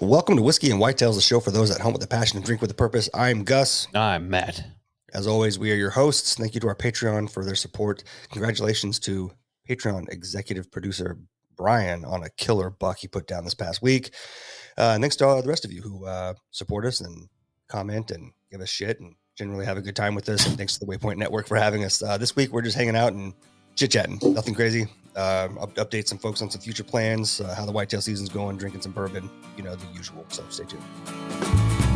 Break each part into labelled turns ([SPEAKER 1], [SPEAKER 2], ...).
[SPEAKER 1] Welcome to Whiskey and Whitetails, the show for those that hunt with a passion and drink with a purpose. I'm Gus.
[SPEAKER 2] I'm Matt.
[SPEAKER 1] As always, we are your hosts. Thank you to our Patreon for their support. Congratulations to Patreon executive producer Brian on a killer buck he put down this past week. Uh, and thanks to all the rest of you who uh, support us and comment and give us shit and generally have a good time with us. And thanks to the Waypoint Network for having us. Uh, this week, we're just hanging out and chit chatting. Nothing crazy. Um, up- update some folks on some future plans, uh, how the whitetail season's going, drinking some bourbon, you know, the usual. So stay tuned.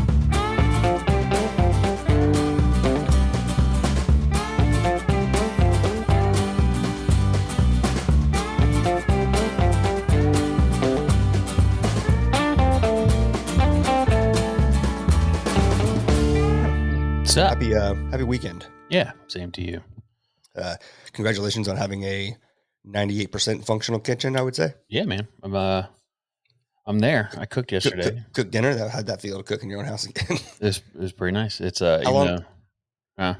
[SPEAKER 2] What's up?
[SPEAKER 1] Happy, uh, happy weekend.
[SPEAKER 2] Yeah, same to you.
[SPEAKER 1] Congratulations on having a 98% functional kitchen, I would say.
[SPEAKER 2] Yeah, man. I'm uh, I'm there. I
[SPEAKER 1] Cook,
[SPEAKER 2] cooked
[SPEAKER 1] cook,
[SPEAKER 2] yesterday.
[SPEAKER 1] cook dinner. That, how'd that feel to cook in your own house again?
[SPEAKER 2] It's it was pretty nice. It's uh,
[SPEAKER 1] How
[SPEAKER 2] even
[SPEAKER 1] long-
[SPEAKER 2] though- huh?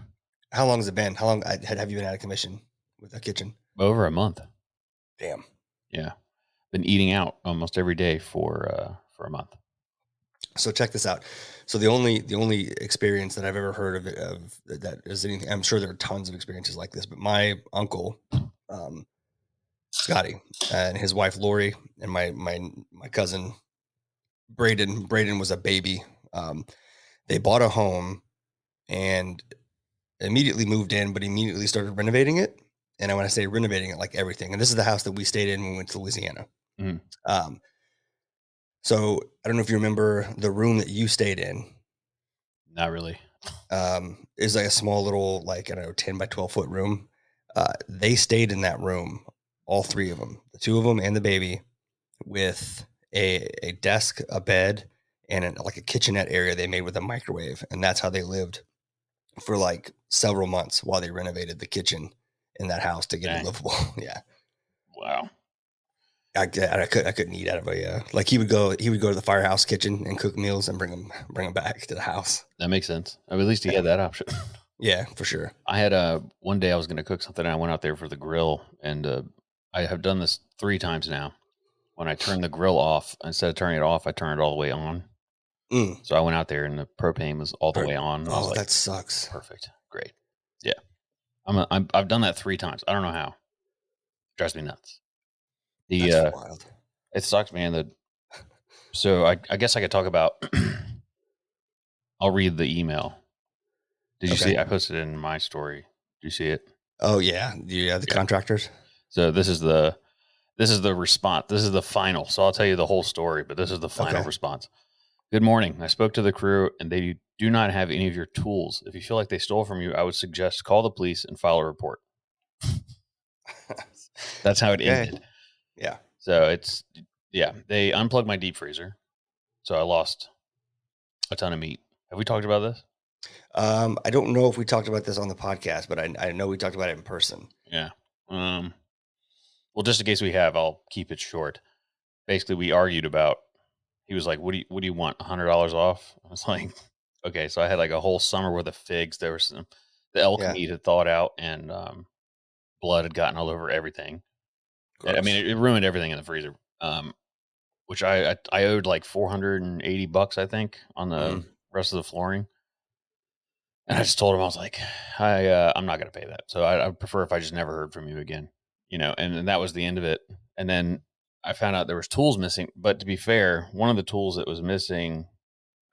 [SPEAKER 1] how long has it been? How long I- had have you been out of commission with a kitchen?
[SPEAKER 2] Over a month.
[SPEAKER 1] Damn.
[SPEAKER 2] Yeah, been eating out almost every day for uh for a month.
[SPEAKER 1] So check this out. So the only the only experience that I've ever heard of, of that is anything. I'm sure there are tons of experiences like this, but my uncle, um, Scotty, and his wife Lori, and my my my cousin, Braden. Braden was a baby. Um, they bought a home, and immediately moved in, but immediately started renovating it. And I want to say renovating it like everything. And this is the house that we stayed in when we went to Louisiana.
[SPEAKER 2] Mhm.
[SPEAKER 1] Um, so I don't know if you remember the room that you stayed in.
[SPEAKER 2] Not really.
[SPEAKER 1] Um, is like a small little like I don't know ten by twelve foot room. Uh, they stayed in that room, all three of them, the two of them and the baby, with a a desk, a bed, and an, like a kitchenette area they made with a microwave, and that's how they lived for like several months while they renovated the kitchen in that house to get
[SPEAKER 2] Dang.
[SPEAKER 1] it livable. yeah.
[SPEAKER 2] Wow.
[SPEAKER 1] I, I, could, I couldn't eat out of a uh, like he would go he would go to the firehouse kitchen and cook meals and bring them bring them back to the house.
[SPEAKER 2] That makes sense. I mean, at least he had that option.
[SPEAKER 1] Yeah, for sure.
[SPEAKER 2] I had uh, one day I was going to cook something and I went out there for the grill and uh, I have done this three times now. When I turn the grill off, instead of turning it off, I turn it all the way on.
[SPEAKER 1] Mm.
[SPEAKER 2] So I went out there and the propane was all the
[SPEAKER 1] Per-
[SPEAKER 2] way on. and I was
[SPEAKER 1] Oh,
[SPEAKER 2] like,
[SPEAKER 1] that sucks.
[SPEAKER 2] perfect. Great. Yeah. I'm, a, I'm I've done that three times. I don't know how. drives me nuts. The
[SPEAKER 1] That's
[SPEAKER 2] uh,
[SPEAKER 1] wild.
[SPEAKER 2] it sucks, man. That so I, I guess I could talk about. I'll read the email. Did you
[SPEAKER 1] Okay.
[SPEAKER 2] see? I posted it in my story. Did you see it?
[SPEAKER 1] Oh yeah, yeah. The
[SPEAKER 2] Yeah.
[SPEAKER 1] contractors.
[SPEAKER 2] So this is the this is the response. This is the final. So I'll tell you the whole story, but this is the final
[SPEAKER 1] Okay.
[SPEAKER 2] response. Good morning. I spoke to the crew and they do not have any of your tools. If you feel like they stole from you, I would suggest call the police and file a report. That's how it
[SPEAKER 1] Okay.
[SPEAKER 2] ended.
[SPEAKER 1] Yeah.
[SPEAKER 2] So it's yeah, they unplugged my deep freezer. So I lost a ton of meat. Have we talked about this?
[SPEAKER 1] Um, I don't know if we talked about this on the podcast, but I, I know we talked about it in person.
[SPEAKER 2] Yeah. Um, well, just in case we have, I'll keep it short. Basically, we argued about. He was like, "What do you What do you want? hundred dollars off?" I was like, "Okay." So I had like a whole summer worth of figs. There was some the elk
[SPEAKER 1] Yeah.
[SPEAKER 2] meat had thawed out, and um, blood had gotten all over everything. Yeah, I
[SPEAKER 1] Gross.
[SPEAKER 2] mean, it, it ruined everything in the freezer. Um, which I I, I owed like four hundred and eighty bucks, I think, on the
[SPEAKER 1] Mm.
[SPEAKER 2] rest of the flooring. And I just told him I was like, I uh, I'm not gonna pay that. So I, I prefer if I just never heard from you again, you know. And, and that was the end of it. And then I found out there was tools missing. But to be fair, one of the tools that was missing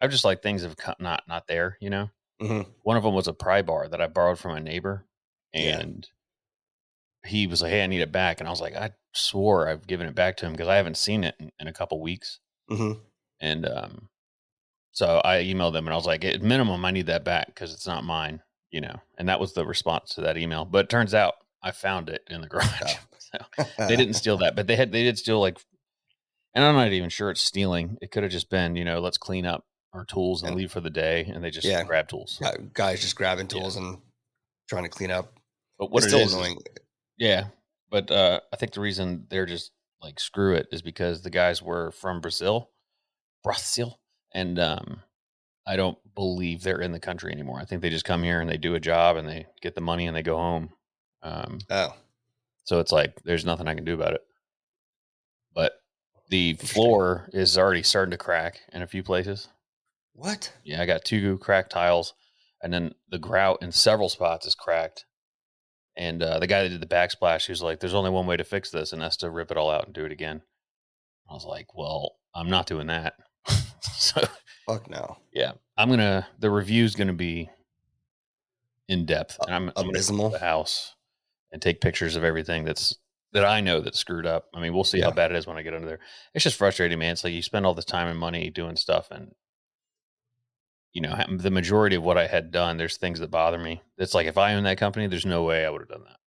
[SPEAKER 2] I've just like things have come, not not there, you know.
[SPEAKER 1] Mhm.
[SPEAKER 2] One of them was a pry bar that I borrowed from a neighbor,
[SPEAKER 1] Yeah.
[SPEAKER 2] and he was like, "Hey, I need it back," and I was like, "I swore I've given it back to him because I haven't seen it in, in a couple weeks."
[SPEAKER 1] Mhm.
[SPEAKER 2] And um, so I emailed them and I was like, at minimum, I need that back because it's not mine, you know. And that was the response to that email. But it turns out I found it in the garage.
[SPEAKER 1] Oh.
[SPEAKER 2] so they didn't steal that, but they had they did steal like, and I'm not even sure it's stealing. It could have just been you know let's clean up our tools and
[SPEAKER 1] And-
[SPEAKER 2] leave for the day, and they just
[SPEAKER 1] Yeah.
[SPEAKER 2] grab tools.
[SPEAKER 1] Gu- Uh, Guys just grabbing tools and trying to clean up.
[SPEAKER 2] But what
[SPEAKER 1] it's
[SPEAKER 2] it
[SPEAKER 1] still
[SPEAKER 2] is is-
[SPEAKER 1] annoying.
[SPEAKER 2] yeah. But uh, I think the reason they're just like screw it is because the guys were from Brazil, Brazil, and um, I don't believe they're in the country anymore. I think they just come here and they do a job and they get the money and they go home. Um,
[SPEAKER 1] Oh,
[SPEAKER 2] so it's like there's nothing I can do about it. But the floor is already starting to crack in a few places.
[SPEAKER 1] what?
[SPEAKER 2] Yeah, I got two cracked tiles, and then the grout in several spots is cracked. And uh, the guy that did the backsplash, he was like, "There's only one way to fix this, and that's to rip it all out and do it again." I was like, "Well, I'm not doing that." so
[SPEAKER 1] Fuck no.
[SPEAKER 2] I'm gonna. The review's gonna be in depth, and I'm, I'm gonna go to
[SPEAKER 1] Abysmal.
[SPEAKER 2] the house and take pictures of everything that's that I know that's screwed up. I mean, we'll see how
[SPEAKER 1] Yeah.
[SPEAKER 2] bad it is when I get under there. It's just frustrating, man. It's like you spend all this time and money doing stuff, and you know ha- the majority of what I had done. There's things that bother me. It's like if I owned that company, there's no way I would have done that.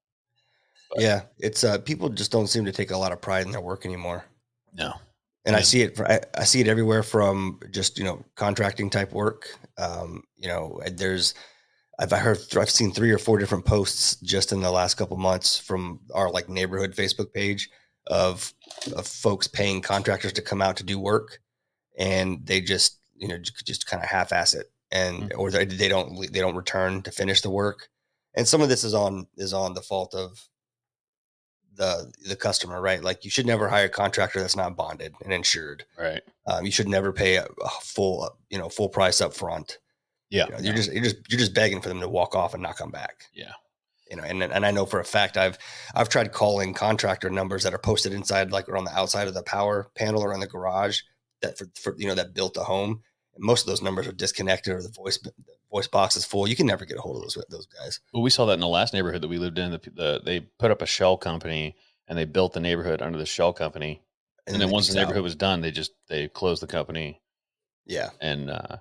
[SPEAKER 2] But-
[SPEAKER 1] Yeah, it's uh, people just don't seem to take a lot of pride in their work anymore.
[SPEAKER 2] No,
[SPEAKER 1] and I
[SPEAKER 2] Yeah.
[SPEAKER 1] see it. fr- I, I see it everywhere from just you know contracting type work. Um, you know, and there's I've I heard I've seen three or four different posts just in the last couple months from our like neighborhood Facebook page of of folks paying contractors to come out to do work, and they just you know j- just kind of half ass it, and
[SPEAKER 2] Mm.
[SPEAKER 1] or they, they don't le- they don't return to finish the work, and some of this is on is on the fault of the the customer, right? Like you should never hire a contractor that's not bonded and insured.
[SPEAKER 2] right?
[SPEAKER 1] Um, you should never pay a, a full, uh, you know, full price up front.
[SPEAKER 2] Yeah,
[SPEAKER 1] You know, you're just you're just you're just begging for them to walk off and not come back.
[SPEAKER 2] Yeah.
[SPEAKER 1] You know, and and I know for a fact I've I've tried calling contractor numbers that are posted inside like or on the outside of the power panel or in the garage that for, for you know that built a home. And most of those numbers are disconnected or the voice the voice box is full. You can never get a hold of those those guys.
[SPEAKER 2] Well, we saw that in the last neighborhood that we lived in. The, pe- the they put up a shell company and they built the neighborhood under the shell company. And, then
[SPEAKER 1] they
[SPEAKER 2] once the
[SPEAKER 1] peace out.
[SPEAKER 2] neighborhood was done, they just they closed the company,
[SPEAKER 1] yeah,
[SPEAKER 2] and uh,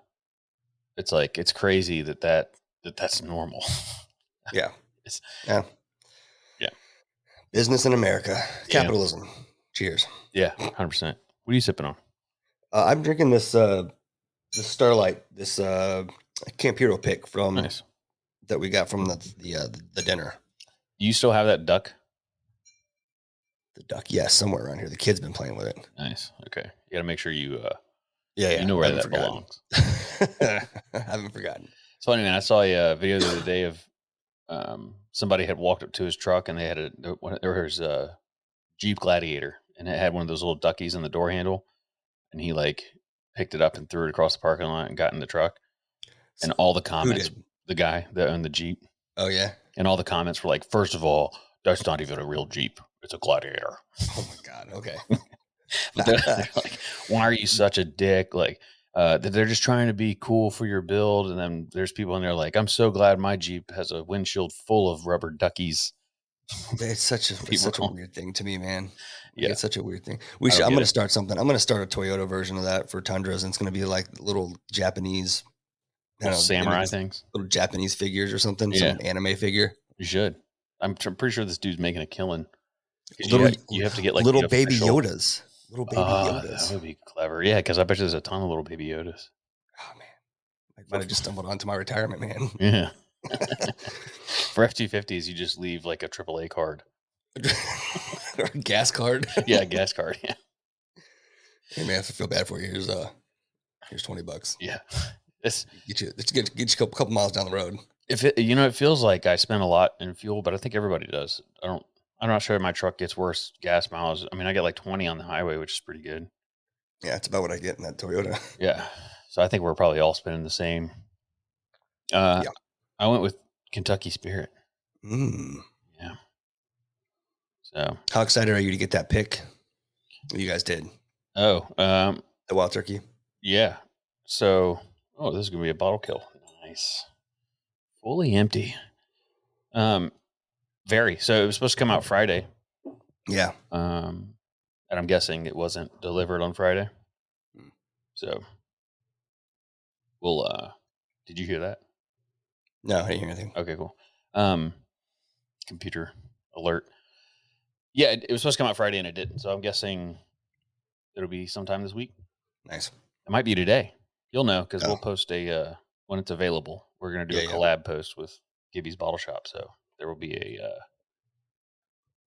[SPEAKER 2] it's like it's crazy that that that that's normal.
[SPEAKER 1] Yeah.
[SPEAKER 2] It's-
[SPEAKER 1] yeah.
[SPEAKER 2] Yeah.
[SPEAKER 1] Business in America.
[SPEAKER 2] Yeah.
[SPEAKER 1] Capitalism. Cheers.
[SPEAKER 2] yeah, hundred percent. What are you sipping on?
[SPEAKER 1] Uh, I'm drinking this uh this Starlight, this uh Camp Hero pick from
[SPEAKER 2] Nice.
[SPEAKER 1] that we got from the the uh, the dinner.
[SPEAKER 2] You still have that duck?
[SPEAKER 1] The duck, yes, somewhere around here. The kid's been playing with it.
[SPEAKER 2] Nice. Okay, you got to make sure you uh,
[SPEAKER 1] Yeah, yeah.
[SPEAKER 2] you know where that
[SPEAKER 1] haven't forgotten.
[SPEAKER 2] belongs.
[SPEAKER 1] haven't forgotten.
[SPEAKER 2] It's funny, man. I saw a uh, video the other day of um, somebody had walked up to his truck and they had a one- or his uh, Jeep Gladiator and it had one of those little duckies in the door handle, and he like picked it up and threw it across the parking lot and got in the truck. And all the
[SPEAKER 1] Who
[SPEAKER 2] comments,
[SPEAKER 1] did?
[SPEAKER 2] the guy that owned the Jeep,
[SPEAKER 1] Oh yeah.
[SPEAKER 2] and all the comments were like, first of all, that's not even a real Jeep; it's a Gladiator.
[SPEAKER 1] Oh my god. Okay.
[SPEAKER 2] But they're, they're like, why are you such a dick? Like, uh, they're just trying to be cool for your build. And then there's people in there like, I'm so glad my Jeep has a windshield full of rubber duckies.
[SPEAKER 1] It's such a
[SPEAKER 2] People
[SPEAKER 1] it's such a
[SPEAKER 2] don't-
[SPEAKER 1] weird thing to me, man. Like,
[SPEAKER 2] Yeah.
[SPEAKER 1] It's such a weird thing. We
[SPEAKER 2] I
[SPEAKER 1] should
[SPEAKER 2] don't
[SPEAKER 1] I'm
[SPEAKER 2] get
[SPEAKER 1] gonna
[SPEAKER 2] it.
[SPEAKER 1] start something. I'm gonna start a Toyota version of that for Tundras and it's gonna be like little Japanese I don't know,
[SPEAKER 2] samurai
[SPEAKER 1] images,
[SPEAKER 2] things.
[SPEAKER 1] Little Japanese figures or something, some anime figure.
[SPEAKER 2] You should. I'm tr- pretty sure this dude's making a killing. 'Cause
[SPEAKER 1] Little-
[SPEAKER 2] you, have, you have to get like
[SPEAKER 1] little
[SPEAKER 2] the
[SPEAKER 1] baby
[SPEAKER 2] official-
[SPEAKER 1] Yodas. Little baby
[SPEAKER 2] Ah,
[SPEAKER 1] Yodas.
[SPEAKER 2] That would be clever. Yeah, because I bet you there's a ton of little baby Yodas.
[SPEAKER 1] Oh man. I might have just stumbled onto my retirement, man.
[SPEAKER 2] Yeah. For F two fifties, you just leave like a AAA card.
[SPEAKER 1] or a gas card.
[SPEAKER 2] Yeah, a gas card. Yeah.
[SPEAKER 1] Hey man, if I feel bad for you, here's uh here's twenty bucks.
[SPEAKER 2] Yeah. It's,
[SPEAKER 1] Get you let's get get you a couple, couple miles down the road.
[SPEAKER 2] if it, you know it feels like i spend a lot in fuel but i think everybody does i don't i'm not sure my truck gets worse gas miles i mean i get like 20 on the highway which is pretty good
[SPEAKER 1] Yeah, it's about what I get in that Toyota.
[SPEAKER 2] yeah so i think we're probably all spending the same uh
[SPEAKER 1] Yeah.
[SPEAKER 2] i went with kentucky spirit
[SPEAKER 1] Mm.
[SPEAKER 2] so
[SPEAKER 1] How excited are you to get that pick? You guys did
[SPEAKER 2] oh um
[SPEAKER 1] the wild turkey.
[SPEAKER 2] yeah So, oh, this is gonna be a bottle kill. Nice, fully empty. Um, very. So it was supposed to come out Friday.
[SPEAKER 1] Yeah.
[SPEAKER 2] Um, and I'm guessing it wasn't delivered on Friday.
[SPEAKER 1] Hmm.
[SPEAKER 2] So, well, uh, did you hear that?
[SPEAKER 1] No, I didn't hear anything.
[SPEAKER 2] Okay, cool. Um, computer alert. Yeah, it, it was supposed to come out Friday and it didn't. So I'm guessing it'll be sometime this week.
[SPEAKER 1] Nice.
[SPEAKER 2] It might be today. You'll know because
[SPEAKER 1] Oh.
[SPEAKER 2] we'll post a uh, when it's available. We're gonna do
[SPEAKER 1] Yeah,
[SPEAKER 2] a
[SPEAKER 1] yeah.
[SPEAKER 2] collab post with Gibby's Bottle Shop, so there will be a uh,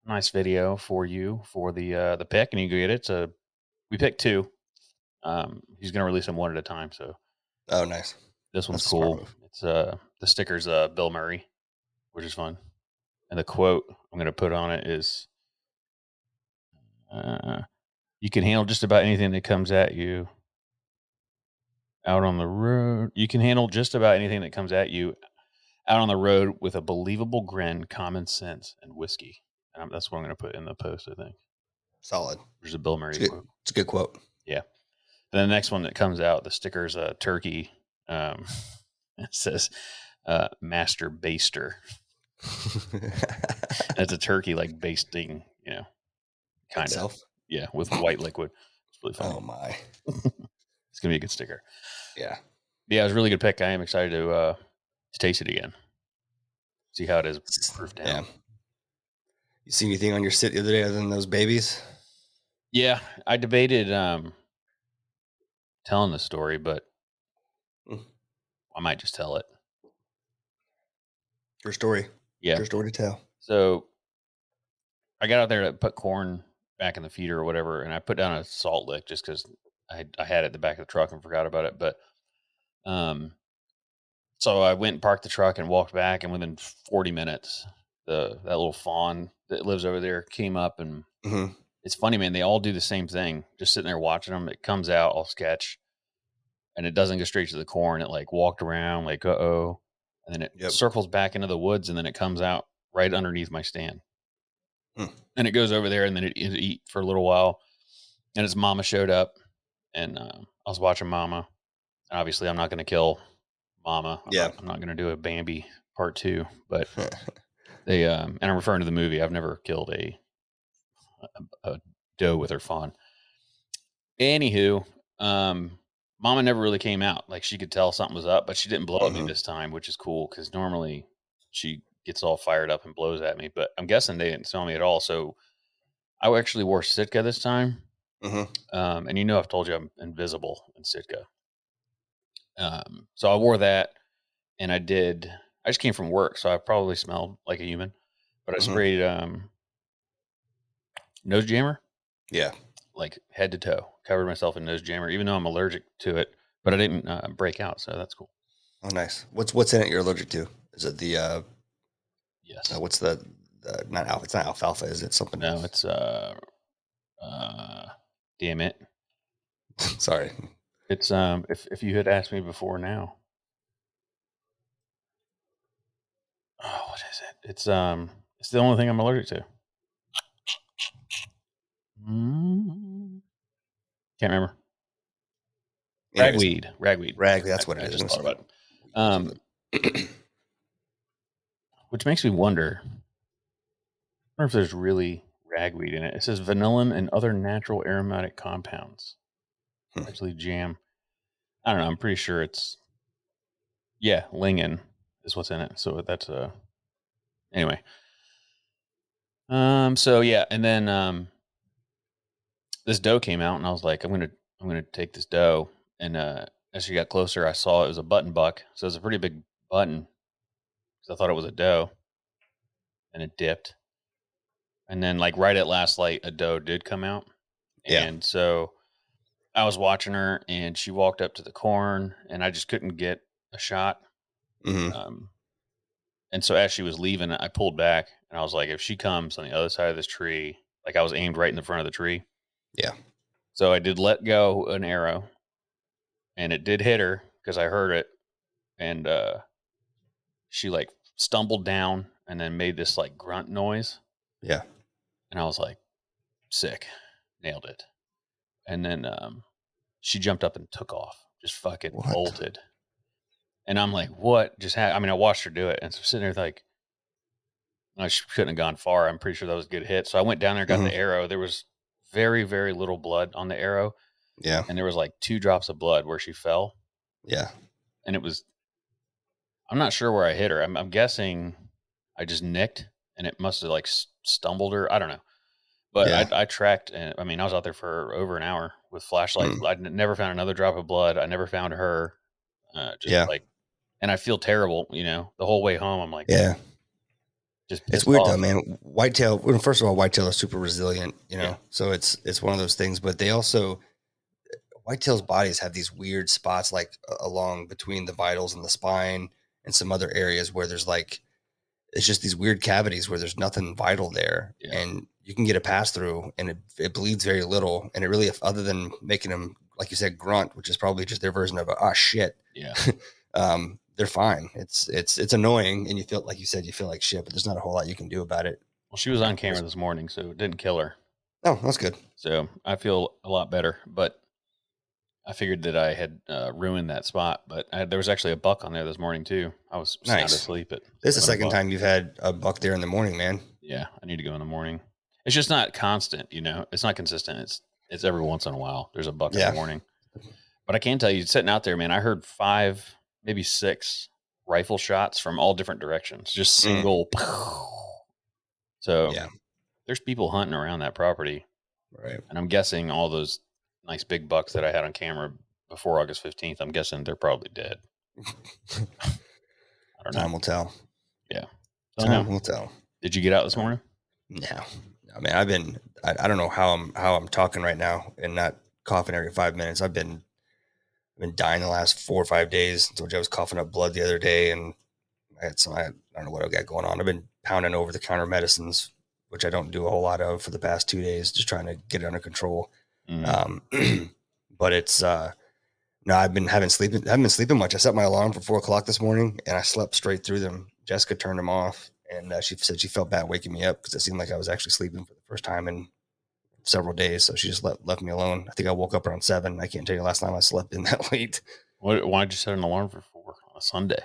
[SPEAKER 2] nice video for you for the uh, the pick, and you can get it. So we picked two. Um, he's gonna release them one at a time. So
[SPEAKER 1] Oh, nice.
[SPEAKER 2] this one's
[SPEAKER 1] That's a smart
[SPEAKER 2] cool.
[SPEAKER 1] move.
[SPEAKER 2] It's uh the sticker's uh Bill Murray, which is fun. And the quote I'm gonna put on it is uh, you can handle just about anything that comes at you out on the road. You can handle just about anything that comes at you out on the road with a believable grin, common sense, and whiskey. Um, that's what I'm gonna put in the post, I think.
[SPEAKER 1] Solid.
[SPEAKER 2] There's a Bill Murray
[SPEAKER 1] It's good.
[SPEAKER 2] quote.
[SPEAKER 1] It's a good quote.
[SPEAKER 2] Then the next one that comes out, the sticker's a turkey. Um, it says uh, "Master Baster." That's a turkey like basting, you know, kind of.
[SPEAKER 1] Itself.
[SPEAKER 2] Yeah, with white liquid. It's really funny.
[SPEAKER 1] Oh my.
[SPEAKER 2] It's gonna be a good sticker.
[SPEAKER 1] Yeah.
[SPEAKER 2] Yeah, it was a really good pick. I am excited to uh, to taste it again. See how it is proofed down.
[SPEAKER 1] Yeah. You see anything on your sit the other day other than those babies?
[SPEAKER 2] Yeah, I debated um telling the story, but
[SPEAKER 1] Mm.
[SPEAKER 2] I might just tell it.
[SPEAKER 1] Your story.
[SPEAKER 2] Yeah.
[SPEAKER 1] Your story to tell.
[SPEAKER 2] So I got out there to put corn back in the feeder or whatever, and I put down a salt lick just because I, I had it at the back of the truck and forgot about it. But um, so I went and parked the truck and walked back, and within 40 minutes, the that little fawn that lives over there came up and
[SPEAKER 1] hmm
[SPEAKER 2] it's funny, man. They all do the same thing. Just sitting there watching them. It comes out, I'll sketch, and it doesn't go straight to the corn. It like walked around, like uh oh, and then it
[SPEAKER 1] Yep.
[SPEAKER 2] circles back into the woods, and then it comes out right underneath my stand,
[SPEAKER 1] Hmm.
[SPEAKER 2] and it goes over there, and then it, it eat for a little while, and its mama showed up, and um, I was watching mama, and obviously I'm not going to kill mama. I'm
[SPEAKER 1] Yeah.
[SPEAKER 2] not- I'm not going to do a Bambi part two, but they um, and I'm referring to the movie. I've never killed a a, a doe with her fawn. Anywho, um, Mama never really came out. Like she could tell something was up, but she didn't blow at me
[SPEAKER 1] Mhm.
[SPEAKER 2] this time, which is cool because normally she gets all fired up and blows at me. But I'm guessing they didn't smell me at all. So I actually wore Sitka this time,
[SPEAKER 1] hmm
[SPEAKER 2] um, and you know I've told you I'm invisible in Sitka. Um, so I wore that, and I did. I just came from work, so I probably smelled like a human, but I
[SPEAKER 1] Mhm.
[SPEAKER 2] sprayed um, nose jammer
[SPEAKER 1] Yeah.
[SPEAKER 2] like head to toe, covered myself in nose jammer, even though I'm allergic to it. But I didn't uh, break out, so that's cool.
[SPEAKER 1] Oh, nice. What's what's in it you're allergic to? Is it the uh,
[SPEAKER 2] Yes.
[SPEAKER 1] uh what's the, the not alpha? It's not alfalfa. Is it something?
[SPEAKER 2] No, it's uh, uh, damn it.
[SPEAKER 1] Sorry.
[SPEAKER 2] It's um, if if you had asked me before now. Oh, what is it? It's um, it's the only thing I'm allergic to. Mm. Can't remember.
[SPEAKER 1] Anyways,
[SPEAKER 2] Ragweed. Ragweed.
[SPEAKER 1] Rag. That's
[SPEAKER 2] I-
[SPEAKER 1] what it
[SPEAKER 2] I
[SPEAKER 1] is.
[SPEAKER 2] just thought about it. Um, which makes me wonder, I wonder if there's really ragweed in it. It says vanillin and other natural aromatic compounds.
[SPEAKER 1] Hmm.
[SPEAKER 2] Actually, jam. I don't know. I'm pretty sure it's yeah, lingen is what's in it. So that's uh anyway. Um. So yeah, and then um, this dough came out, and I was like, I'm gonna I'm gonna take this dough, and uh, as she got closer, I saw it was a button buck. So it's a pretty big button. Because I thought it was a doe, and it dipped, and then like right at last light, a doe did come out,
[SPEAKER 1] Yeah.
[SPEAKER 2] and so I was watching her, and she walked up to the corn, and I just couldn't get a shot.
[SPEAKER 1] mhm.
[SPEAKER 2] Um, and so as she was leaving, I pulled back, and I was like, if she comes on the other side of this tree, like I was aimed right in the front of the tree.
[SPEAKER 1] Yeah.
[SPEAKER 2] So I did let go an arrow, and it did hit her because I heard it, and uh, she like stumbled down and then made this like grunt noise.
[SPEAKER 1] Yeah.
[SPEAKER 2] And I was like, sick, nailed it. And then um, she jumped up and took off. just fucking
[SPEAKER 3] What?
[SPEAKER 2] bolted. And I'm like, what just happened? I mean, I watched her do it, and so I'm sitting there like, I sh- couldn't have gone far. I'm pretty sure that was a good hit. So I went down there, got the arrow. There was very, very little blood on the arrow,
[SPEAKER 1] Yeah.
[SPEAKER 2] and there was like two drops of blood where she fell,
[SPEAKER 1] Yeah.
[SPEAKER 2] and it was. I'm not sure where I hit her. I'm, I'm guessing I just nicked, and it must have like s- stumbled her. I don't know, but
[SPEAKER 1] Yeah.
[SPEAKER 2] I, I tracked. And, I mean, I was out there for over an hour with flashlight.
[SPEAKER 1] Mm.
[SPEAKER 2] I n- never found another drop of blood. I never found her. Uh, just
[SPEAKER 1] Yeah.
[SPEAKER 2] like, and I feel terrible. You know, the whole way home, I'm like,
[SPEAKER 1] Yeah.
[SPEAKER 2] just
[SPEAKER 1] It's
[SPEAKER 2] pissed
[SPEAKER 1] weird
[SPEAKER 2] off.
[SPEAKER 1] though, man. Whitetail. Well, first of all, whitetail are super resilient, you know.
[SPEAKER 2] Yeah.
[SPEAKER 1] So it's it's one of those things. But they also whitetail's bodies have these weird spots, like a- along between the vitals and the spine, and some other areas where there's like it's just these weird cavities where there's nothing vital there,
[SPEAKER 2] Yeah.
[SPEAKER 1] and you can get a pass through, and it it bleeds very little, and it really, if, other than making them like you said grunt, which is probably just their version of a, ah shit,
[SPEAKER 2] Yeah,
[SPEAKER 1] um, they're fine. It's it's it's annoying, and you feel like you said you feel like shit, but there's not a whole lot you can do about it.
[SPEAKER 2] well, she was on camera this morning, so it didn't kill her.
[SPEAKER 1] Oh, that's good.
[SPEAKER 2] So I feel a lot better, but I figured that I had uh, ruined that spot. But I, there was actually a buck on there this morning too. I was sound
[SPEAKER 1] Nice.
[SPEAKER 2] asleep. At
[SPEAKER 1] This is the
[SPEAKER 2] seven
[SPEAKER 1] second
[SPEAKER 2] o'clock.
[SPEAKER 1] time you've had a buck there in the morning, man.
[SPEAKER 2] Yeah, I need to go in the morning. It's just not constant, you know. It's not consistent. It's it's every once in a while. There's a buck in
[SPEAKER 1] Yeah.
[SPEAKER 2] the morning. But I can tell you, sitting out there, man, I heard five, maybe six rifle shots from all different directions, just
[SPEAKER 1] Mm.
[SPEAKER 2] single. So
[SPEAKER 1] Yeah.
[SPEAKER 2] there's people hunting around that property.
[SPEAKER 1] Right.
[SPEAKER 2] And I'm guessing all those nice big bucks that I had on camera before August 15th, I'm guessing they're probably dead. I don't know.
[SPEAKER 1] Time will tell.
[SPEAKER 2] I
[SPEAKER 1] Time
[SPEAKER 2] don't know.
[SPEAKER 1] will tell.
[SPEAKER 2] Did you get out this morning?
[SPEAKER 1] No, no, man. I've been. I, I don't know how I'm how I'm talking right now and not coughing every five minutes. I've been I've been dying the last four or five days. I told you I was coughing up blood the other day, and I had some. I, I don't know what I got going on. I've been pounding over the counter medicines, which I don't do a whole lot of for the past two days, just trying to get it under control.
[SPEAKER 2] Mm.
[SPEAKER 1] Um, but it's uh, no, I've been haven't sleeping haven't been sleeping much. I set my alarm for four o'clock this morning, and I slept straight through them. Jessica turned them off, and uh, she said she felt bad waking me up because it seemed like I was actually sleeping for the first time in several days. So she just left left me alone. I think I woke up around seven. I can't tell you the last time I slept in that late
[SPEAKER 2] What, why'd you set an alarm for four on a Sunday?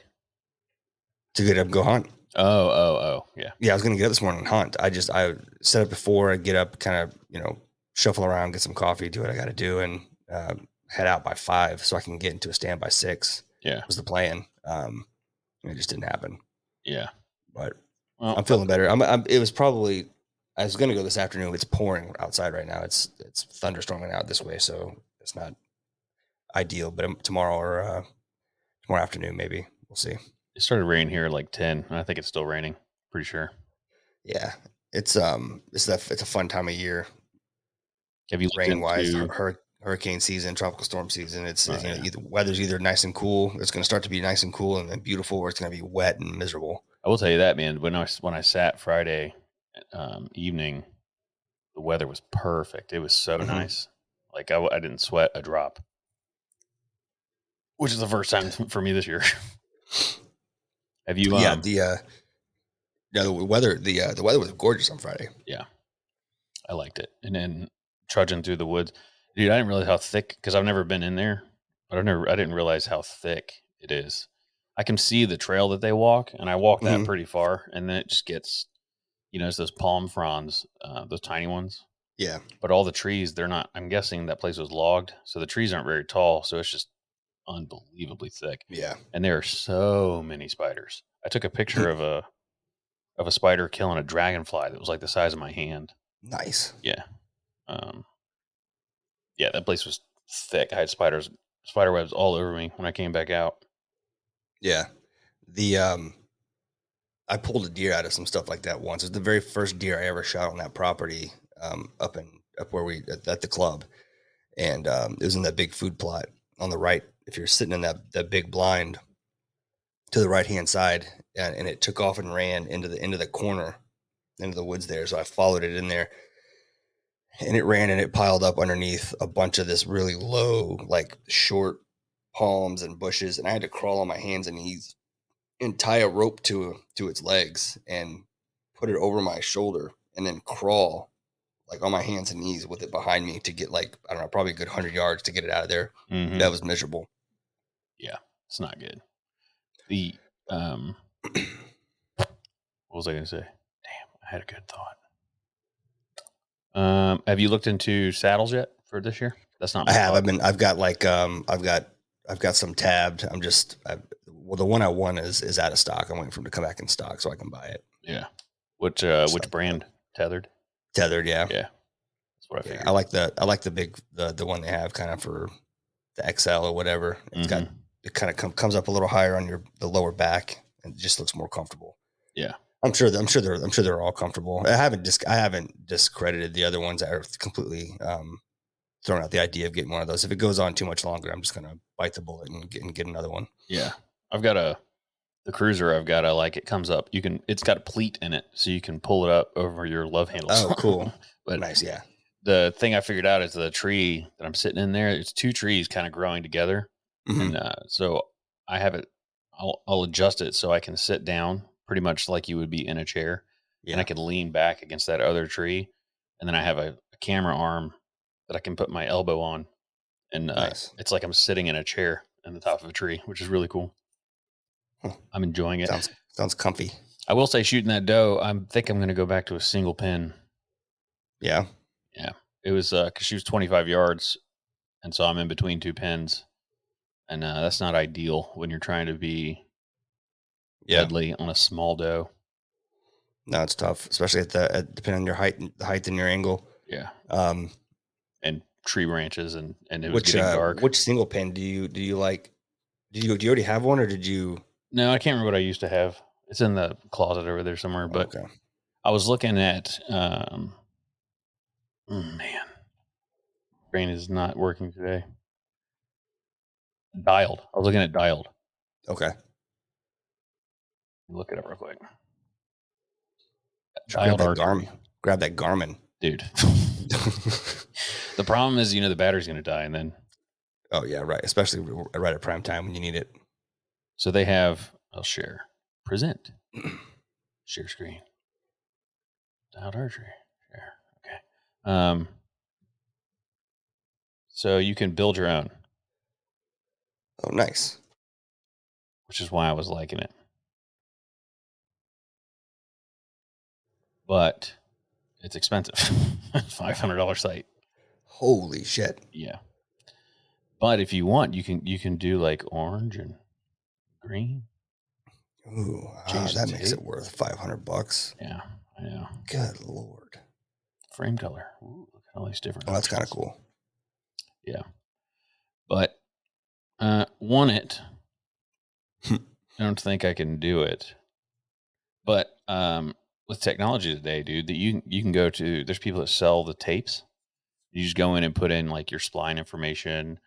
[SPEAKER 1] to get up and go hunt.
[SPEAKER 2] Oh, oh, oh, yeah.
[SPEAKER 1] Yeah, I was gonna get up this morning and hunt. I just I set up before I get up, kind of you know shuffle around, get some coffee, do what I got to do, and uh, head out by five so I can get into a stand by six.
[SPEAKER 2] Yeah.
[SPEAKER 1] was the plan. Um, and it just didn't happen.
[SPEAKER 2] Yeah.
[SPEAKER 1] But
[SPEAKER 2] Well,
[SPEAKER 1] I'm feeling better. I'm, I'm. It was probably. I was gonna go this afternoon. It's pouring outside right now. It's it's thunderstorming out this way, so it's not ideal. But um, tomorrow or uh, tomorrow afternoon, maybe we'll see.
[SPEAKER 2] it started raining here at like 10, and I think it's still raining. Pretty sure.
[SPEAKER 1] Yeah, it's um, it's that it's a fun time of year,
[SPEAKER 2] Have you looked
[SPEAKER 1] rain wise,
[SPEAKER 2] into-
[SPEAKER 1] hur- hurricane season, tropical storm season. It's
[SPEAKER 2] Oh,
[SPEAKER 1] you know,
[SPEAKER 2] yeah.
[SPEAKER 1] either weather's either nice and cool. It's gonna start to be nice and cool and, and beautiful, or it's gonna be wet and miserable.
[SPEAKER 2] I will tell you that, man. When I s- when I sat Friday um, evening, the weather was perfect. It was so
[SPEAKER 1] Mhm.
[SPEAKER 2] nice. Like I, w- I didn't sweat a drop, which is the first time for me this year. Have you? Um,
[SPEAKER 1] yeah, the uh, yeah, the weather the uh, the weather was gorgeous on Friday.
[SPEAKER 2] I liked it. And then trudging through the woods, dude. I didn't realize how thick because I've never been in there, but I never I didn't realize how thick it is. I can see the trail that they walk, and I walk that
[SPEAKER 1] Mhm.
[SPEAKER 2] pretty far, and then it just gets, you know, it's those palm fronds, uh, those tiny ones.
[SPEAKER 1] Yeah,
[SPEAKER 2] but all the trees they're not i'm guessing that place was logged so the trees aren't very tall so it's just unbelievably thick
[SPEAKER 1] yeah,
[SPEAKER 2] and there are so many spiders i took a picture of a of a spider killing a dragonfly that was like the size of my hand
[SPEAKER 1] nice.
[SPEAKER 2] yeah um yeah that place was thick i had spiders spider webs all over me when i came back out
[SPEAKER 1] Yeah, the um, I pulled a deer out of some stuff like that once. It was the very first deer I ever shot on that property, um, up in up where we at, at the club, and um, it was in that big food plot on the right. If you're sitting in that that big blind to the right hand side, and, and it took off and ran into the into the corner, into the woods there. So I followed it in there. And it ran and it piled up underneath a bunch of this really low, like short palms and bushes, and I had to crawl on my hands and knees and tie a rope to to its legs and put it over my shoulder and then crawl like on my hands and knees with it behind me to get like I don't know probably a good hundred yards to get it out of there.
[SPEAKER 2] Mhm.
[SPEAKER 1] That was miserable.
[SPEAKER 2] Yeah, it's not good. The um, what was I gonna say? Damn, I had a good thought. Um, have you looked into saddles yet for this year? That's not.
[SPEAKER 1] I
[SPEAKER 2] my
[SPEAKER 1] have.
[SPEAKER 2] thought.
[SPEAKER 1] I've been. I've got like. Um. I've got. I've got some tabbed. I'm just. I, well, the one I won is is out of stock. I'm waiting for them to come back in stock so I can buy it.
[SPEAKER 2] Yeah. Which uh,
[SPEAKER 1] It's
[SPEAKER 2] which
[SPEAKER 1] not-
[SPEAKER 2] brand? Tethered.
[SPEAKER 1] Tethered. Yeah.
[SPEAKER 2] Yeah. That's what I
[SPEAKER 1] Yeah,
[SPEAKER 2] figured.
[SPEAKER 1] I like the. I like the big. The the one they have kind of for the XL or whatever. It's got.
[SPEAKER 2] Mhm.
[SPEAKER 1] It kind of come, comes up a little higher on your the lower back and it just looks more comfortable.
[SPEAKER 2] Yeah.
[SPEAKER 1] I'm sure. that- I'm sure they're. I'm sure they're all comfortable. I haven't. Disc, I haven't discredited the other ones. I've completely um, thrown out the idea of getting one of those. If it goes on too much longer, I'm just gonna bite the bullet and get, and get another one.
[SPEAKER 2] Yeah. I've got a the cruiser I've got I like it comes up. You can it's got a pleat in it so you can pull it up over your love handles.
[SPEAKER 1] Oh, cool.
[SPEAKER 2] but
[SPEAKER 1] nice. Yeah.
[SPEAKER 2] the thing I figured out is the tree that I'm sitting in there, it's two trees kind of growing together.
[SPEAKER 1] Mhm.
[SPEAKER 2] And uh, so I have it I'll I'll adjust it so I can sit down pretty much like you would be in a chair. and
[SPEAKER 1] Yeah.
[SPEAKER 2] I can lean back against that other tree, and then I have a, a camera arm that I can put my elbow on, and uh,
[SPEAKER 1] Nice.
[SPEAKER 2] it's like I'm sitting in a chair in the top of a tree, which is really cool.
[SPEAKER 1] Huh.
[SPEAKER 2] I'm enjoying it.
[SPEAKER 1] Hmm. Sounds sounds comfy.
[SPEAKER 2] I will say, shooting that doe, I think I'm going to go back to a single pin.
[SPEAKER 1] Yeah.
[SPEAKER 2] It was because she was 25 yards, and so I'm in between two pins, and uh, that's not ideal when you're trying to be
[SPEAKER 1] Yeah.
[SPEAKER 2] deadly on a small doe.
[SPEAKER 1] No, it's tough, especially at the at, depending on your height, and- the height and your angle.
[SPEAKER 2] Yeah,
[SPEAKER 1] Um,
[SPEAKER 2] and tree branches, and and it was
[SPEAKER 1] which
[SPEAKER 2] getting
[SPEAKER 1] uh,
[SPEAKER 2] dark.
[SPEAKER 1] which single pin do you do you like? Do you do you already have one, or did you?
[SPEAKER 2] No, I can't remember what I used to have. It's in the closet over there somewhere. But
[SPEAKER 1] okay.
[SPEAKER 2] I was looking at, um, mm, man, brain is not working today. Dialed. I was looking at dialed.
[SPEAKER 1] okay,
[SPEAKER 2] Look it up real quick.
[SPEAKER 1] grab
[SPEAKER 2] Dialed
[SPEAKER 1] that
[SPEAKER 2] archery,
[SPEAKER 1] Garmin. Grab that Garmin.
[SPEAKER 2] dude. the problem is, you know, the battery's going to die, and then
[SPEAKER 1] oh yeah, right. Especially r- right at prime time when you need it.
[SPEAKER 2] so they have. I'll share. Present. share screen. Dialed archery. Share. Okay. Um. So you can build your own,
[SPEAKER 1] Oh, nice.
[SPEAKER 2] which is why I was liking it. But it's expensive. Five hundred dollar site.
[SPEAKER 1] Holy shit.
[SPEAKER 2] Yeah. But if you want, you can you can do like orange and green.
[SPEAKER 1] Ooh, ah,
[SPEAKER 2] Change the
[SPEAKER 1] that makes
[SPEAKER 2] tape.
[SPEAKER 1] it worth five hundred bucks.
[SPEAKER 2] Yeah, I know.
[SPEAKER 1] Good lord.
[SPEAKER 2] Frame color. Ooh, look at all these different.
[SPEAKER 1] Oh, that's kind of
[SPEAKER 2] options.
[SPEAKER 1] cool.
[SPEAKER 2] but uh want it
[SPEAKER 1] Hmm.
[SPEAKER 2] i don't think i can do it but um with technology today dude that you can- you can go to there's people that sell the tapes you just go in and put in like your spline information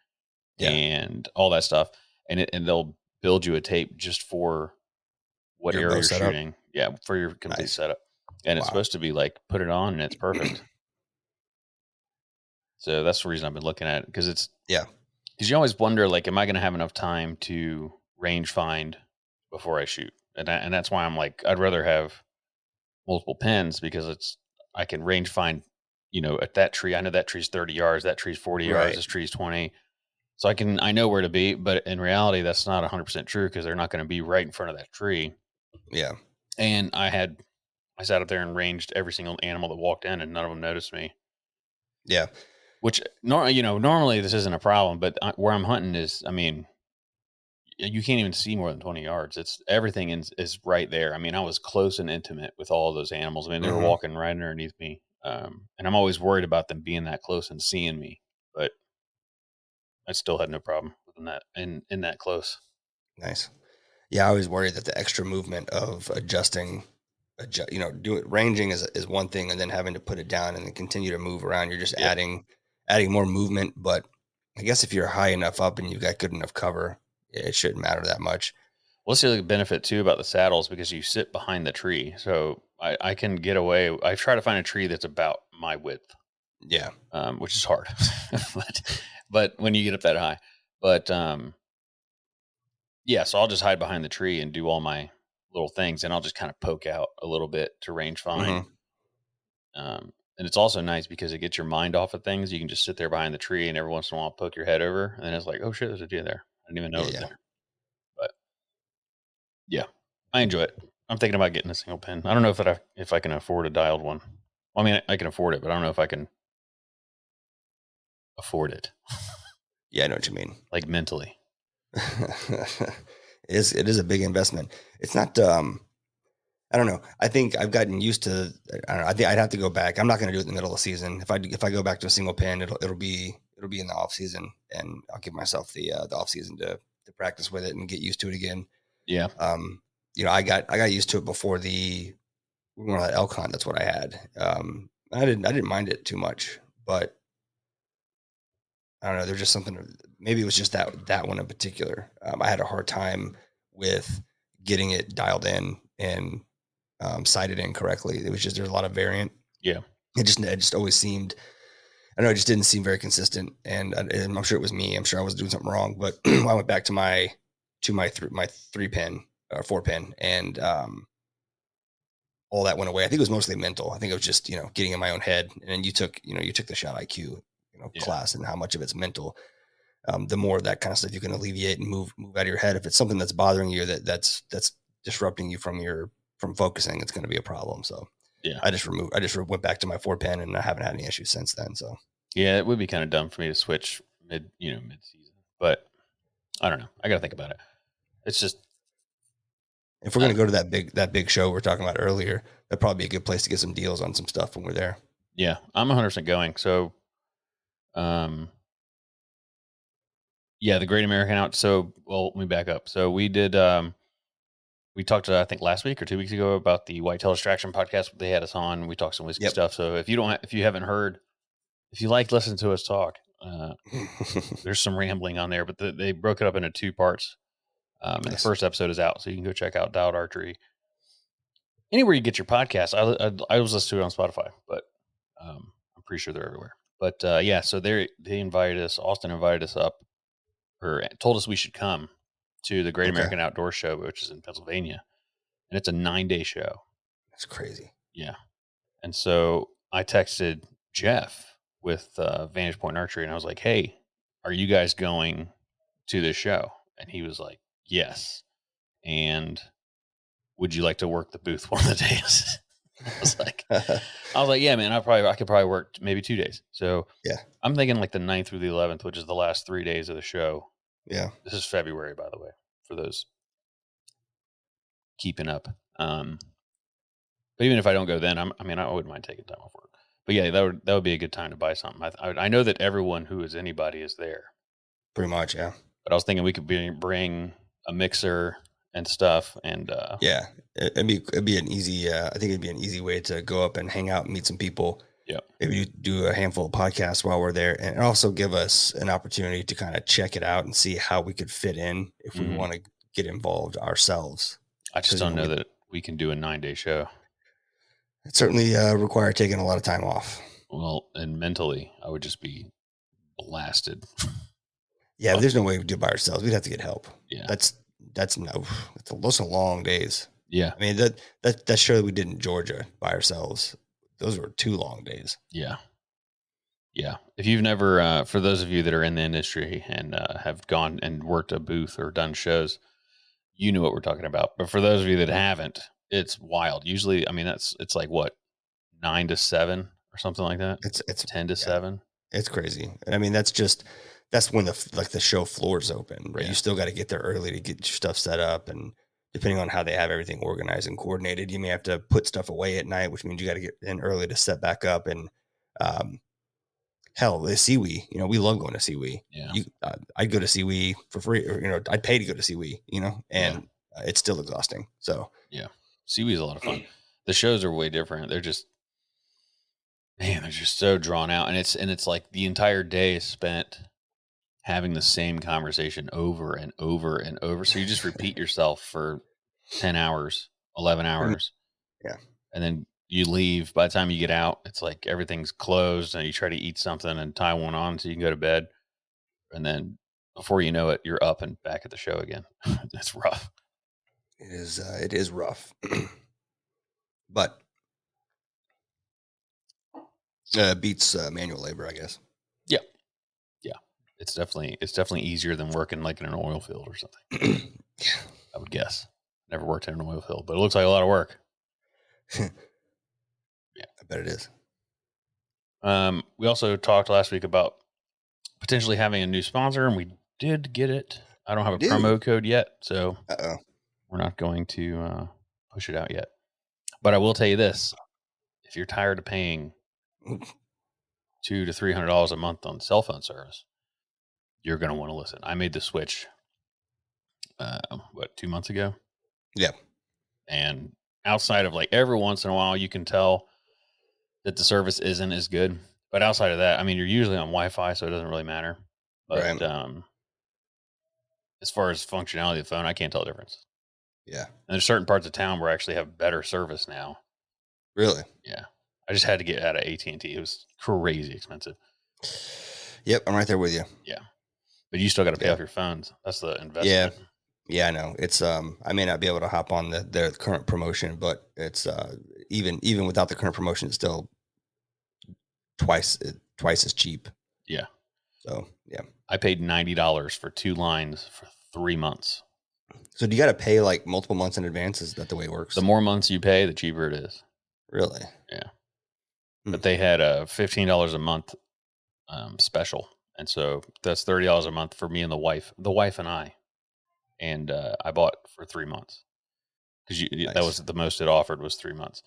[SPEAKER 1] Yeah.
[SPEAKER 2] and all that stuff and it, and they'll build you a tape just for what
[SPEAKER 1] Your
[SPEAKER 2] area
[SPEAKER 1] bow
[SPEAKER 2] you're
[SPEAKER 1] setup?
[SPEAKER 2] shooting yeah for your complete
[SPEAKER 1] Nice.
[SPEAKER 2] setup and it's
[SPEAKER 1] Wow.
[SPEAKER 2] supposed to be like put it on and it's perfect so that's the reason i've been looking at it because it's because you always wonder like am i going to have enough time to range find before i shoot and, I, and that's why i'm like i'd rather have multiple pins because it's i can range find you know at that tree i know that tree's 30 yards that tree's 40 yards
[SPEAKER 1] Right.
[SPEAKER 2] this tree's 20 so i can i know where to be but in reality that's not 100% true because they're not going to be right in front of that tree
[SPEAKER 1] Yeah.
[SPEAKER 2] and i had i sat up there and ranged every single animal that walked in and none of them noticed me
[SPEAKER 1] Yeah.
[SPEAKER 2] which eh, nor you know normally this isn't a problem but I, where i'm hunting is i mean y- you can't even see more than 20 yards it's everything is, is right there i mean i was close and intimate with all those animals i mean they were
[SPEAKER 1] Mhm.
[SPEAKER 2] walking right underneath me um, and i'm always worried about them being that close and seeing me but i still had no problem with that in, in that close
[SPEAKER 1] Nice. Yeah, I always worry that the extra movement of adjusting, adjust, you know, do it ranging is is one thing, and then having to put it down and then continue to move around. You're just
[SPEAKER 2] Yeah.
[SPEAKER 1] adding adding more movement. But I guess if you're high enough up and you've got good enough cover, it shouldn't matter that much.
[SPEAKER 2] Well, that's the other benefit too about the saddles because you sit behind the tree so i, I can get away i try to find a tree that's about my width
[SPEAKER 1] Yeah.
[SPEAKER 2] um, which is hard, but but when you get up that high, but um, yeah, so I'll just hide behind the tree and do all my little things, and I'll just kind of poke out a little bit to range
[SPEAKER 1] Mm-hmm.
[SPEAKER 2] find. Um, and it's also nice because it gets your mind off of things. You can just sit there behind the tree, and every once in a while, poke your head over, and then it's like, oh shit, there's a deer there. didn't even know
[SPEAKER 1] Yeah,
[SPEAKER 2] it was
[SPEAKER 1] yeah.
[SPEAKER 2] there. But yeah, I enjoy it. I'm thinking about getting a single pin. I don't know if that I, if I can afford a dialed one. Well, I mean, I, I can afford it, but I don't know if I can afford it
[SPEAKER 1] Yeah, I know what you mean.
[SPEAKER 2] like mentally.
[SPEAKER 1] it is it is a big investment. It's not. Um, I don't know. I think I've gotten used to. I don't know. I think I'd have to go back. I'm not going to do it in the middle of the season. If I if I go back to a single pin, it'll it'll be it'll be in the off season, and I'll give myself the uh, the off season to to practice with it and get used to it again.
[SPEAKER 2] Yeah.
[SPEAKER 1] Um, you know, I got I got used to it before the we went on that elk hunt. That's what I had. Um, I didn't I didn't mind it too much, but I don't know. There's just something. Maybe it was just that that one in particular. Um, I had a hard time with getting it dialed in and um, sighted in correctly. It was just there's a lot of variant.
[SPEAKER 2] Yeah.
[SPEAKER 1] It just it just always seemed. I don't know it just didn't seem very consistent, and I, and I'm sure it was me. I'm sure I was doing something wrong. But I went back to my to my three my three pin or four pin, and um, all that went away. I think it was mostly mental. I think it was just you know getting in my own head. And then you took you know you took the shot IQ you know
[SPEAKER 2] Yeah.
[SPEAKER 1] class and how much of it's mental. Um, the more of that kind of stuff you can alleviate and move move out of your head. If it's something that's bothering you that that's that's disrupting you from your from focusing, it's going to be a problem. So
[SPEAKER 2] Yeah.
[SPEAKER 1] I just removed. I just re- went back to my four pin, and I haven't had any issues since then. So
[SPEAKER 2] Yeah, it would be kind of dumb for me to switch mid, you know, mid season. But I don't know. I gotta think about it. It's just
[SPEAKER 1] if we're gonna go to that big that big show we were talking about earlier, that'd probably be a good place to get some deals on some stuff when we're there.
[SPEAKER 2] yeah, I'm 100 percent going. So, um, yeah, the Great American Out. So, well, let me back up. So we did. um We talked, uh, I think, last week or two weeks ago about the Whitetail Distraction podcast. They had us on. We talked some whiskey
[SPEAKER 1] Yep.
[SPEAKER 2] stuff. So if you don't, ha- if you haven't heard, if you like, listen to us talk. Uh, there's some rambling on there, but the, they broke it up into two parts. Um, and
[SPEAKER 1] Nice.
[SPEAKER 2] the first episode is out, so you can go check out Dialed Archery. Anywhere you get your podcast, I, I, I was listening to it on Spotify, but um, I'm pretty sure they're everywhere. But uh, yeah, so they they invited us. Austin invited us up, or told us we should come to the Great
[SPEAKER 1] Okay.
[SPEAKER 2] American Outdoor Show, which is in Pennsylvania, and it's a nine day show.
[SPEAKER 1] That's crazy.
[SPEAKER 2] Yeah. And so I texted Jeff with uh, Vantage Point Archery and I was like, hey, are you guys going to this show? And he was like, yes. And would you like to work the booth one of the days? I was like, I was like, yeah, man, I probably I could probably work maybe two days. So
[SPEAKER 1] Yeah.
[SPEAKER 2] I'm thinking like the 9th through the 11th, which is the last three days of the show.
[SPEAKER 1] yeah,
[SPEAKER 2] This is February, by the way, for those keeping up. Um, but even if I don't go then, I'm, I mean, I wouldn't mind taking time off work. But yeah, that would that would be a good time to buy something. I, I, I know that everyone who is anybody is there,
[SPEAKER 1] pretty much. Yeah,
[SPEAKER 2] but I was thinking we could bring, bring a mixer and stuff, and uh,
[SPEAKER 1] yeah. It, would be it'd be an easy. Uh, I think it'd be an easy way to go up and hang out, and meet some people.
[SPEAKER 2] Yep.
[SPEAKER 1] Maybe do, do a handful of podcasts while we're there, and also give us an opportunity to kind of check it out and see how we could fit in if we
[SPEAKER 2] Mhm.
[SPEAKER 1] want to get involved ourselves.
[SPEAKER 2] I just
[SPEAKER 1] Because you
[SPEAKER 2] don't
[SPEAKER 1] know
[SPEAKER 2] know that we can do a nine day show.
[SPEAKER 1] It certainly uh, require taking a lot of time off.
[SPEAKER 2] Well, and mentally, I would just be blasted.
[SPEAKER 1] Yeah, there's no way we do it by ourselves. We'd have to get help.
[SPEAKER 2] Yeah.
[SPEAKER 1] That's that's no. That's a, those are long days.
[SPEAKER 2] Yeah,
[SPEAKER 1] I mean that that that show that we did in Georgia by ourselves. Those were two long days.
[SPEAKER 2] Yeah. Yeah. If you've never, uh, for those of you that are in the industry and uh, have gone and worked a booth or done shows, you know what we're talking about. But for those of you that haven't, it's wild. Usually, I mean, that's, it's like what, nine to seven or something like that?
[SPEAKER 1] It's it's
[SPEAKER 2] 10 to seven?
[SPEAKER 1] it's crazy. And I mean that's just that's when the like the show floors open. Right,
[SPEAKER 2] Yeah.
[SPEAKER 1] you still got to get there early to get your stuff set up, and depending on how they have everything organized and coordinated, you may have to put stuff away at night, which means you got to get in early to set back up. And um, hell, the Siwi, you know, we love going to Siwi.
[SPEAKER 2] Yeah.
[SPEAKER 1] you, uh, I'd go to Seawee for free, or you know, I'd pay to go to Seawee, you know, and uh, it's still exhausting. So
[SPEAKER 2] Seaweed's a lot of fun. The shows are way different. They're just, man, they're just so drawn out. And it's, and it's like the entire day is spent having the same conversation over and over and over. So you just repeat yourself for 10 hours, 11 hours.
[SPEAKER 1] Yeah.
[SPEAKER 2] And then you leave. By the time you get out, it's like everything's closed and you try to eat something and tie one on so you can go to bed. And then before you know it, you're up and back at the show again. it's rough.
[SPEAKER 1] it is, uh, it is rough, but uh, beats uh, manual labor, I guess.
[SPEAKER 2] It's definitely it's definitely easier than working like in an oil field or something. I would guess. Never worked in an oil field, but it looks like a lot of work.
[SPEAKER 1] I bet it is.
[SPEAKER 2] Um, we also talked last week about potentially having a new sponsor, and we did get it. I don't have a
[SPEAKER 1] Dude.
[SPEAKER 2] promo code yet, so
[SPEAKER 1] Uh oh.
[SPEAKER 2] we're not going to uh, push it out yet. But I will tell you this: if you're tired of paying two to three hundred dollars a month on cell phone service, you're going to want to listen. I made the switch, uh, what two months ago?
[SPEAKER 1] Yeah.
[SPEAKER 2] And outside of like every once in a while, you can tell that the service isn't as good. But outside of that, I mean, you're usually on Wi-Fi, so it doesn't really matter. But
[SPEAKER 1] Right.
[SPEAKER 2] um, as far as functionality of the phone, I can't tell the difference.
[SPEAKER 1] Yeah.
[SPEAKER 2] And there's certain parts of town where I actually have better service now.
[SPEAKER 1] Really.
[SPEAKER 2] I just had to get out of AT and T. It was crazy expensive,
[SPEAKER 1] Yep. I'm right there with you.
[SPEAKER 2] but you still got to pay
[SPEAKER 1] Yeah.
[SPEAKER 2] off your phones. That's the investment.
[SPEAKER 1] Yeah, I know. It's um I may not be able to hop on the their current promotion, but it's uh even even without the current promotion it's still twice uh, twice as cheap.
[SPEAKER 2] Yeah.
[SPEAKER 1] So, yeah.
[SPEAKER 2] I paid ninety dollars for two lines for three months.
[SPEAKER 1] So do you got to pay like multiple months in advance is that the way it works?
[SPEAKER 2] The more months you pay, the cheaper it is.
[SPEAKER 1] really?
[SPEAKER 2] But they had a fifteen dollars a month um, special, and so that's thirty dollars a month for me and the wife, the wife and I. And uh, I bought for three months because that
[SPEAKER 1] Nice.
[SPEAKER 2] was the most it offered was three months,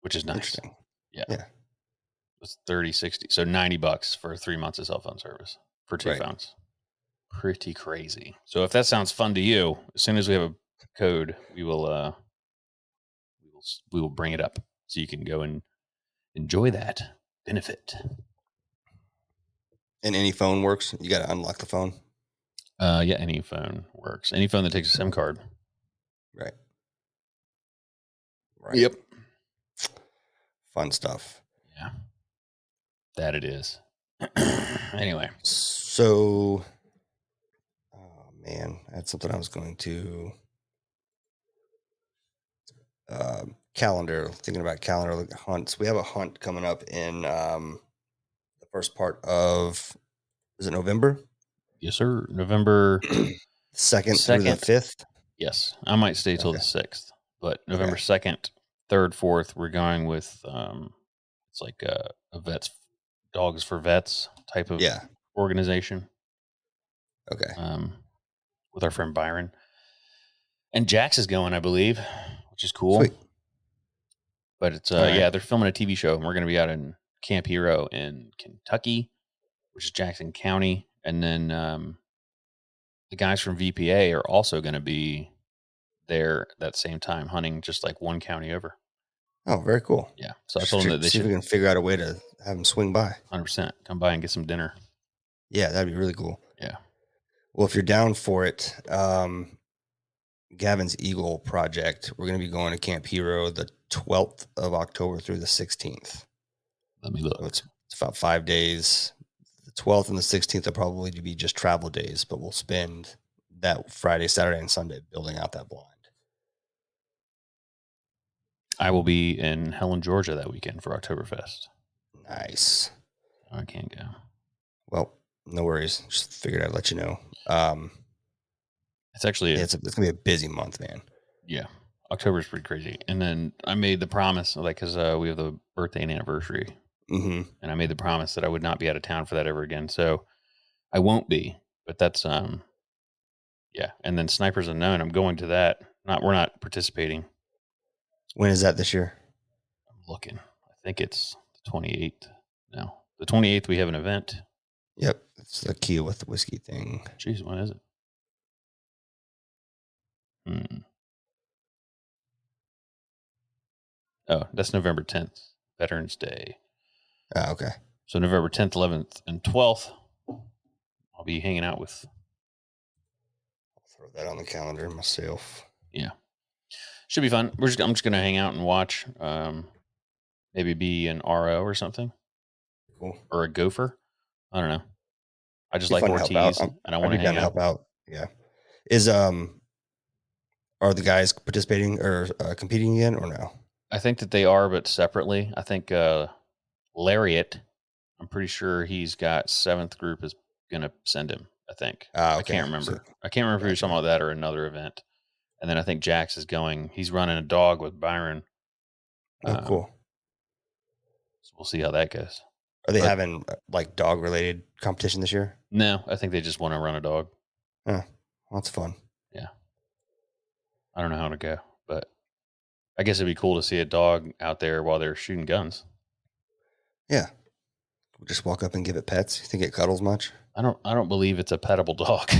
[SPEAKER 2] which is nice.
[SPEAKER 1] Interesting.
[SPEAKER 2] was 30 60 so 90 bucks for three months of cell phone service for two
[SPEAKER 1] Right.
[SPEAKER 2] phones pretty crazy so if that sounds fun to you as soon as we have a code we will uh we will s- we will bring it up so you can go and enjoy that benefit
[SPEAKER 1] And any phone works? You got to unlock the phone.
[SPEAKER 2] uh yeah any phone works any phone that takes a sim card
[SPEAKER 1] Right. Right. Fun stuff.
[SPEAKER 2] yeah that it is anyway
[SPEAKER 1] So, oh man, that's something I was going to. Um calendar, thinking about calendar like hunts. We have a hunt coming up in um, the first part of, is it November?
[SPEAKER 2] yes sir november
[SPEAKER 1] Second, through the
[SPEAKER 2] Second.
[SPEAKER 1] fifth.
[SPEAKER 2] Yes, I might stay till the sixth, but November second, third, fourth, we're going with um, it's like a, a vets, dogs for vets type of
[SPEAKER 1] Yeah.
[SPEAKER 2] organization.
[SPEAKER 1] Okay.
[SPEAKER 2] Um, with our friend Byron, and Jax is going, I believe, which is cool.
[SPEAKER 1] Sweet.
[SPEAKER 2] But it's uh,
[SPEAKER 1] All right.
[SPEAKER 2] yeah, they're filming a TV show, and we're going to be out in Camp Hero in Kentucky, which is Jackson County, and then um, the guys from VPA are also going to be there that same time hunting, just like one county over.
[SPEAKER 1] Oh, very cool.
[SPEAKER 2] Yeah, so I told them that they
[SPEAKER 1] see if
[SPEAKER 2] should
[SPEAKER 1] we can figure out a way to have them swing by.
[SPEAKER 2] 100% come by and get some dinner.
[SPEAKER 1] Yeah, that'd be really cool.
[SPEAKER 2] Yeah.
[SPEAKER 1] Well, if you're down for it, um, Gavin's Eagle Project, we're going to be going to Camp Hero the 12th of October through the 16th.
[SPEAKER 2] Let me
[SPEAKER 1] So
[SPEAKER 2] look.
[SPEAKER 1] it's, it's about five days. The 12th and the 16th will probably be just travel days, but we'll spend that Friday, Saturday, and Sunday building out that blind.
[SPEAKER 2] I will be in Helen, Georgia that weekend for Oktoberfest.
[SPEAKER 1] Nice.
[SPEAKER 2] I can't go.
[SPEAKER 1] Well, no worries. Just figured I'd let you know. Um,
[SPEAKER 2] It's actually
[SPEAKER 1] yeah,
[SPEAKER 2] a
[SPEAKER 1] it's, it's going to be a busy month, man.
[SPEAKER 2] yeah october's pretty crazy and then i made the promise like because uh, we have the birthday and anniversary
[SPEAKER 1] hmm
[SPEAKER 2] and i made the promise that i would not be out of town for that ever again so i won't be but that's um yeah and then snipers unknown i'm going to that not we're not participating
[SPEAKER 1] When is that this year?
[SPEAKER 2] i'm looking i think it's the 28th no the 28th we have an event
[SPEAKER 1] Yep. It's the key with the whiskey thing.
[SPEAKER 2] jeez when is it hmm. oh that's november 10th veterans day
[SPEAKER 1] Ah, okay.
[SPEAKER 2] So November 10th, 11th, and 12th, I'll be hanging out with.
[SPEAKER 1] Throw that on the calendar myself.
[SPEAKER 2] Should be fun. We're just, I'm just gonna hang out and watch. Um, maybe be an RO or something
[SPEAKER 1] Cool.
[SPEAKER 2] or a gopher. I don't know. I just
[SPEAKER 1] Be
[SPEAKER 2] like
[SPEAKER 1] fun to help out.
[SPEAKER 2] Ortiz
[SPEAKER 1] I'm-
[SPEAKER 2] and I
[SPEAKER 1] I'd
[SPEAKER 2] want
[SPEAKER 1] be
[SPEAKER 2] to
[SPEAKER 1] down
[SPEAKER 2] hang
[SPEAKER 1] to help
[SPEAKER 2] out.
[SPEAKER 1] out. Yeah. Is um, are the guys participating or uh, competing again or no?
[SPEAKER 2] I think that they are, but separately. I think uh, Lariat I'm pretty sure he's got seventh group is gonna send him. I think.
[SPEAKER 1] Ah,
[SPEAKER 2] I can't
[SPEAKER 1] okay. So-
[SPEAKER 2] remember. I can't remember if he was
[SPEAKER 1] Gotcha.
[SPEAKER 2] talking about that or another event. And then I think Jax is going. He's running a dog with Byron.
[SPEAKER 1] oh,
[SPEAKER 2] Um,
[SPEAKER 1] cool.
[SPEAKER 2] So we'll see how that goes.
[SPEAKER 1] Are they
[SPEAKER 2] but-
[SPEAKER 1] having uh, like dog related competition this year?
[SPEAKER 2] No, I think they just want to run a dog.
[SPEAKER 1] Well, that's fun.
[SPEAKER 2] I don't know how to go, but I guess it'd be cool to see a dog out there while they're shooting guns.
[SPEAKER 1] Yeah. Just walk up and give it pets. You think it cuddles much?
[SPEAKER 2] I don't. I don't believe it's a petable dog.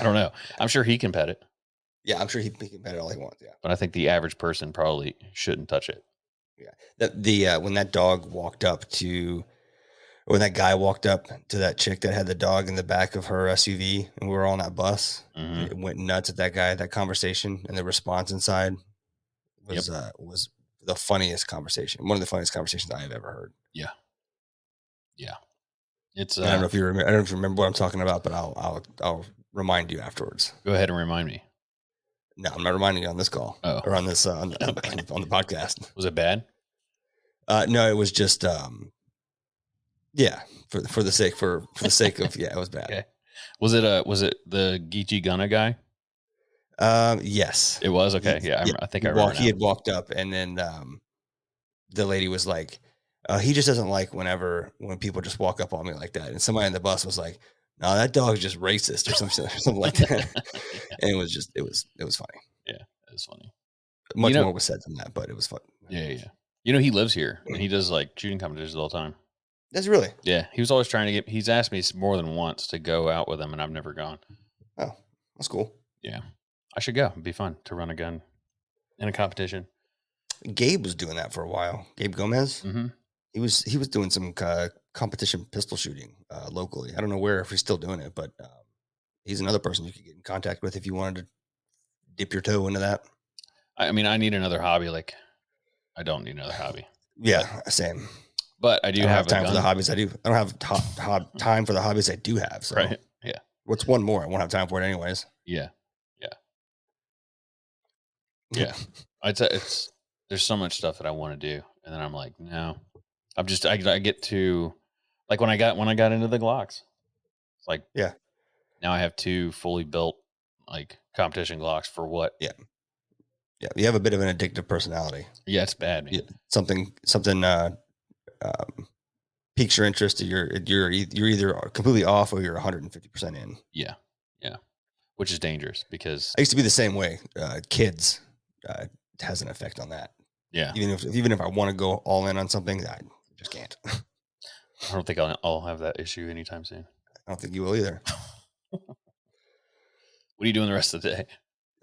[SPEAKER 2] I don't know. I'm sure he can pet it,
[SPEAKER 1] Yeah, I'm sure he, he can pet it all he wants. Yeah.
[SPEAKER 2] but I think the average person probably shouldn't touch it.
[SPEAKER 1] That the uh, when that dog walked up to when that guy walked up to that chick that had the dog in the back of her SUV and we were all on that bus
[SPEAKER 2] Mhm.
[SPEAKER 1] it went nuts at that guy, that conversation and the response inside was uh, was the funniest conversation. One of the funniest conversations I have ever heard.
[SPEAKER 2] It's.
[SPEAKER 1] I don't know
[SPEAKER 2] Uh,
[SPEAKER 1] if you remember I don't know if you remember what I'm talking about, but I'll I'll I'll remind you afterwards.
[SPEAKER 2] go ahead and remind me.
[SPEAKER 1] No, I'm not reminding you on this call
[SPEAKER 2] Oh.
[SPEAKER 1] or on this uh, on, the, on,
[SPEAKER 2] Okay.
[SPEAKER 1] the, on the podcast.
[SPEAKER 2] Was it bad?
[SPEAKER 1] Uh, no, it was just um, yeah, for for the sake for for the sake of yeah, it was bad.
[SPEAKER 2] Okay. Was it uh was it the Geechee Gunna guy?
[SPEAKER 1] Um, yes,
[SPEAKER 2] It was okay.
[SPEAKER 1] He-
[SPEAKER 2] Yeah, I,
[SPEAKER 1] yeah,
[SPEAKER 2] rem I think I
[SPEAKER 1] He
[SPEAKER 2] remember.
[SPEAKER 1] walked- he
[SPEAKER 2] now.
[SPEAKER 1] had walked up, and then um, the lady was like, uh, he just doesn't like whenever when people just walk up on me like that. And somebody on the bus was like, no, that dog's just racist or something, something like that.
[SPEAKER 2] Yeah,
[SPEAKER 1] and it was just it was it was funny.
[SPEAKER 2] it was funny.
[SPEAKER 1] Much
[SPEAKER 2] know-
[SPEAKER 1] more was said than that, but it was fun.
[SPEAKER 2] Yeah, yeah. You know he lives here and he does like shooting competitions all the time.
[SPEAKER 1] That's really
[SPEAKER 2] Yeah, he was always trying to get. He's asked me more than once to go out with him, and I've never gone.
[SPEAKER 1] that's cool.
[SPEAKER 2] I should go. It'd be fun to run a gun in a competition.
[SPEAKER 1] Gabe was doing that for a while. Gabe Gomez.
[SPEAKER 2] hmm
[SPEAKER 1] he was he was doing some uh, competition pistol shooting uh, locally. I don't know where if he's still doing it, but um, he's another person you could get in contact with if you wanted to dip your toe into that.
[SPEAKER 2] I, I mean, I need another hobby. Like, I don't need another hobby,
[SPEAKER 1] Yeah, same.
[SPEAKER 2] but I do
[SPEAKER 1] I don't
[SPEAKER 2] have,
[SPEAKER 1] have, time for
[SPEAKER 2] a gun.
[SPEAKER 1] the hobbies I do. I don't have top, hob time for the hobbies I do have. So
[SPEAKER 2] Right? Yeah,
[SPEAKER 1] what's one more? I won't have time for it anyways.
[SPEAKER 2] yeah, yeah, yeah. I t- it's there's so much stuff that I want to do, and then I'm like, no, I'm just I, I get to like when I got when I got into the Glocks, it's like
[SPEAKER 1] Yeah.
[SPEAKER 2] now I have two fully built like competition Glocks for what?
[SPEAKER 1] Yeah, you have a bit of an addictive personality.
[SPEAKER 2] Yeah, it's bad, man.
[SPEAKER 1] Yeah. Something something uh, um, piques your interest. Or you're you're e- you're either completely off or you're 150 percent in.
[SPEAKER 2] Yeah, yeah, which is dangerous because
[SPEAKER 1] I used to be the same way. Uh, kids uh, has an effect on that.
[SPEAKER 2] yeah,
[SPEAKER 1] Even if even if I want to go all in on something, I just can't. I
[SPEAKER 2] I don't think I'll, I'll have that issue anytime soon.
[SPEAKER 1] don't think you will either.
[SPEAKER 2] What are you doing the rest of the day?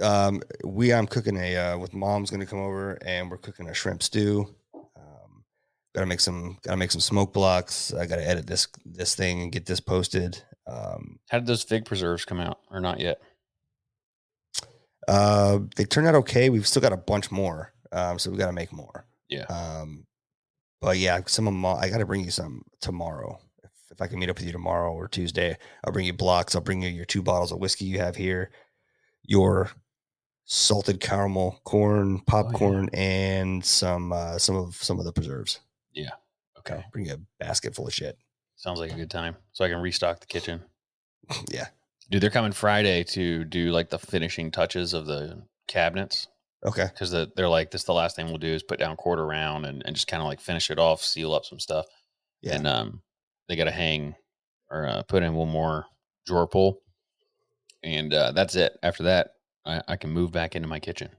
[SPEAKER 1] Um, we I'm cooking a uh, with mom's going to come over and we're cooking a shrimp stew. Um, gotta make some gotta make some smoke blocks. I gotta edit this this thing and get this posted. Um,
[SPEAKER 2] How did those fig preserves come out or not yet?
[SPEAKER 1] uh, they turned out okay. We've still got a bunch more, um, so we gotta make more.
[SPEAKER 2] Yeah.
[SPEAKER 1] Um, but yeah, some of my, I got to bring you some tomorrow. If, if I can meet up with you tomorrow or Tuesday, I'll bring you blocks. I'll bring you your two bottles of whiskey you have here, your salted caramel
[SPEAKER 2] Oh,
[SPEAKER 1] corn popcorn, and some uh, some of some of the preserves.
[SPEAKER 2] Okay,
[SPEAKER 1] I'll bring you a basket full of shit.
[SPEAKER 2] sounds like a good time. So I can restock the kitchen.
[SPEAKER 1] yeah.
[SPEAKER 2] Dude, they're coming Friday to do like the finishing touches of the cabinets
[SPEAKER 1] Okay.
[SPEAKER 2] because the, they're like, this is the last thing we'll do is put down quarter round and, and just kind of like finish it off, seal up some stuff.
[SPEAKER 1] Yeah.
[SPEAKER 2] And um, they got to hang or uh, put in one more drawer pull. And uh, that's it. After that, I, I can move back into my kitchen,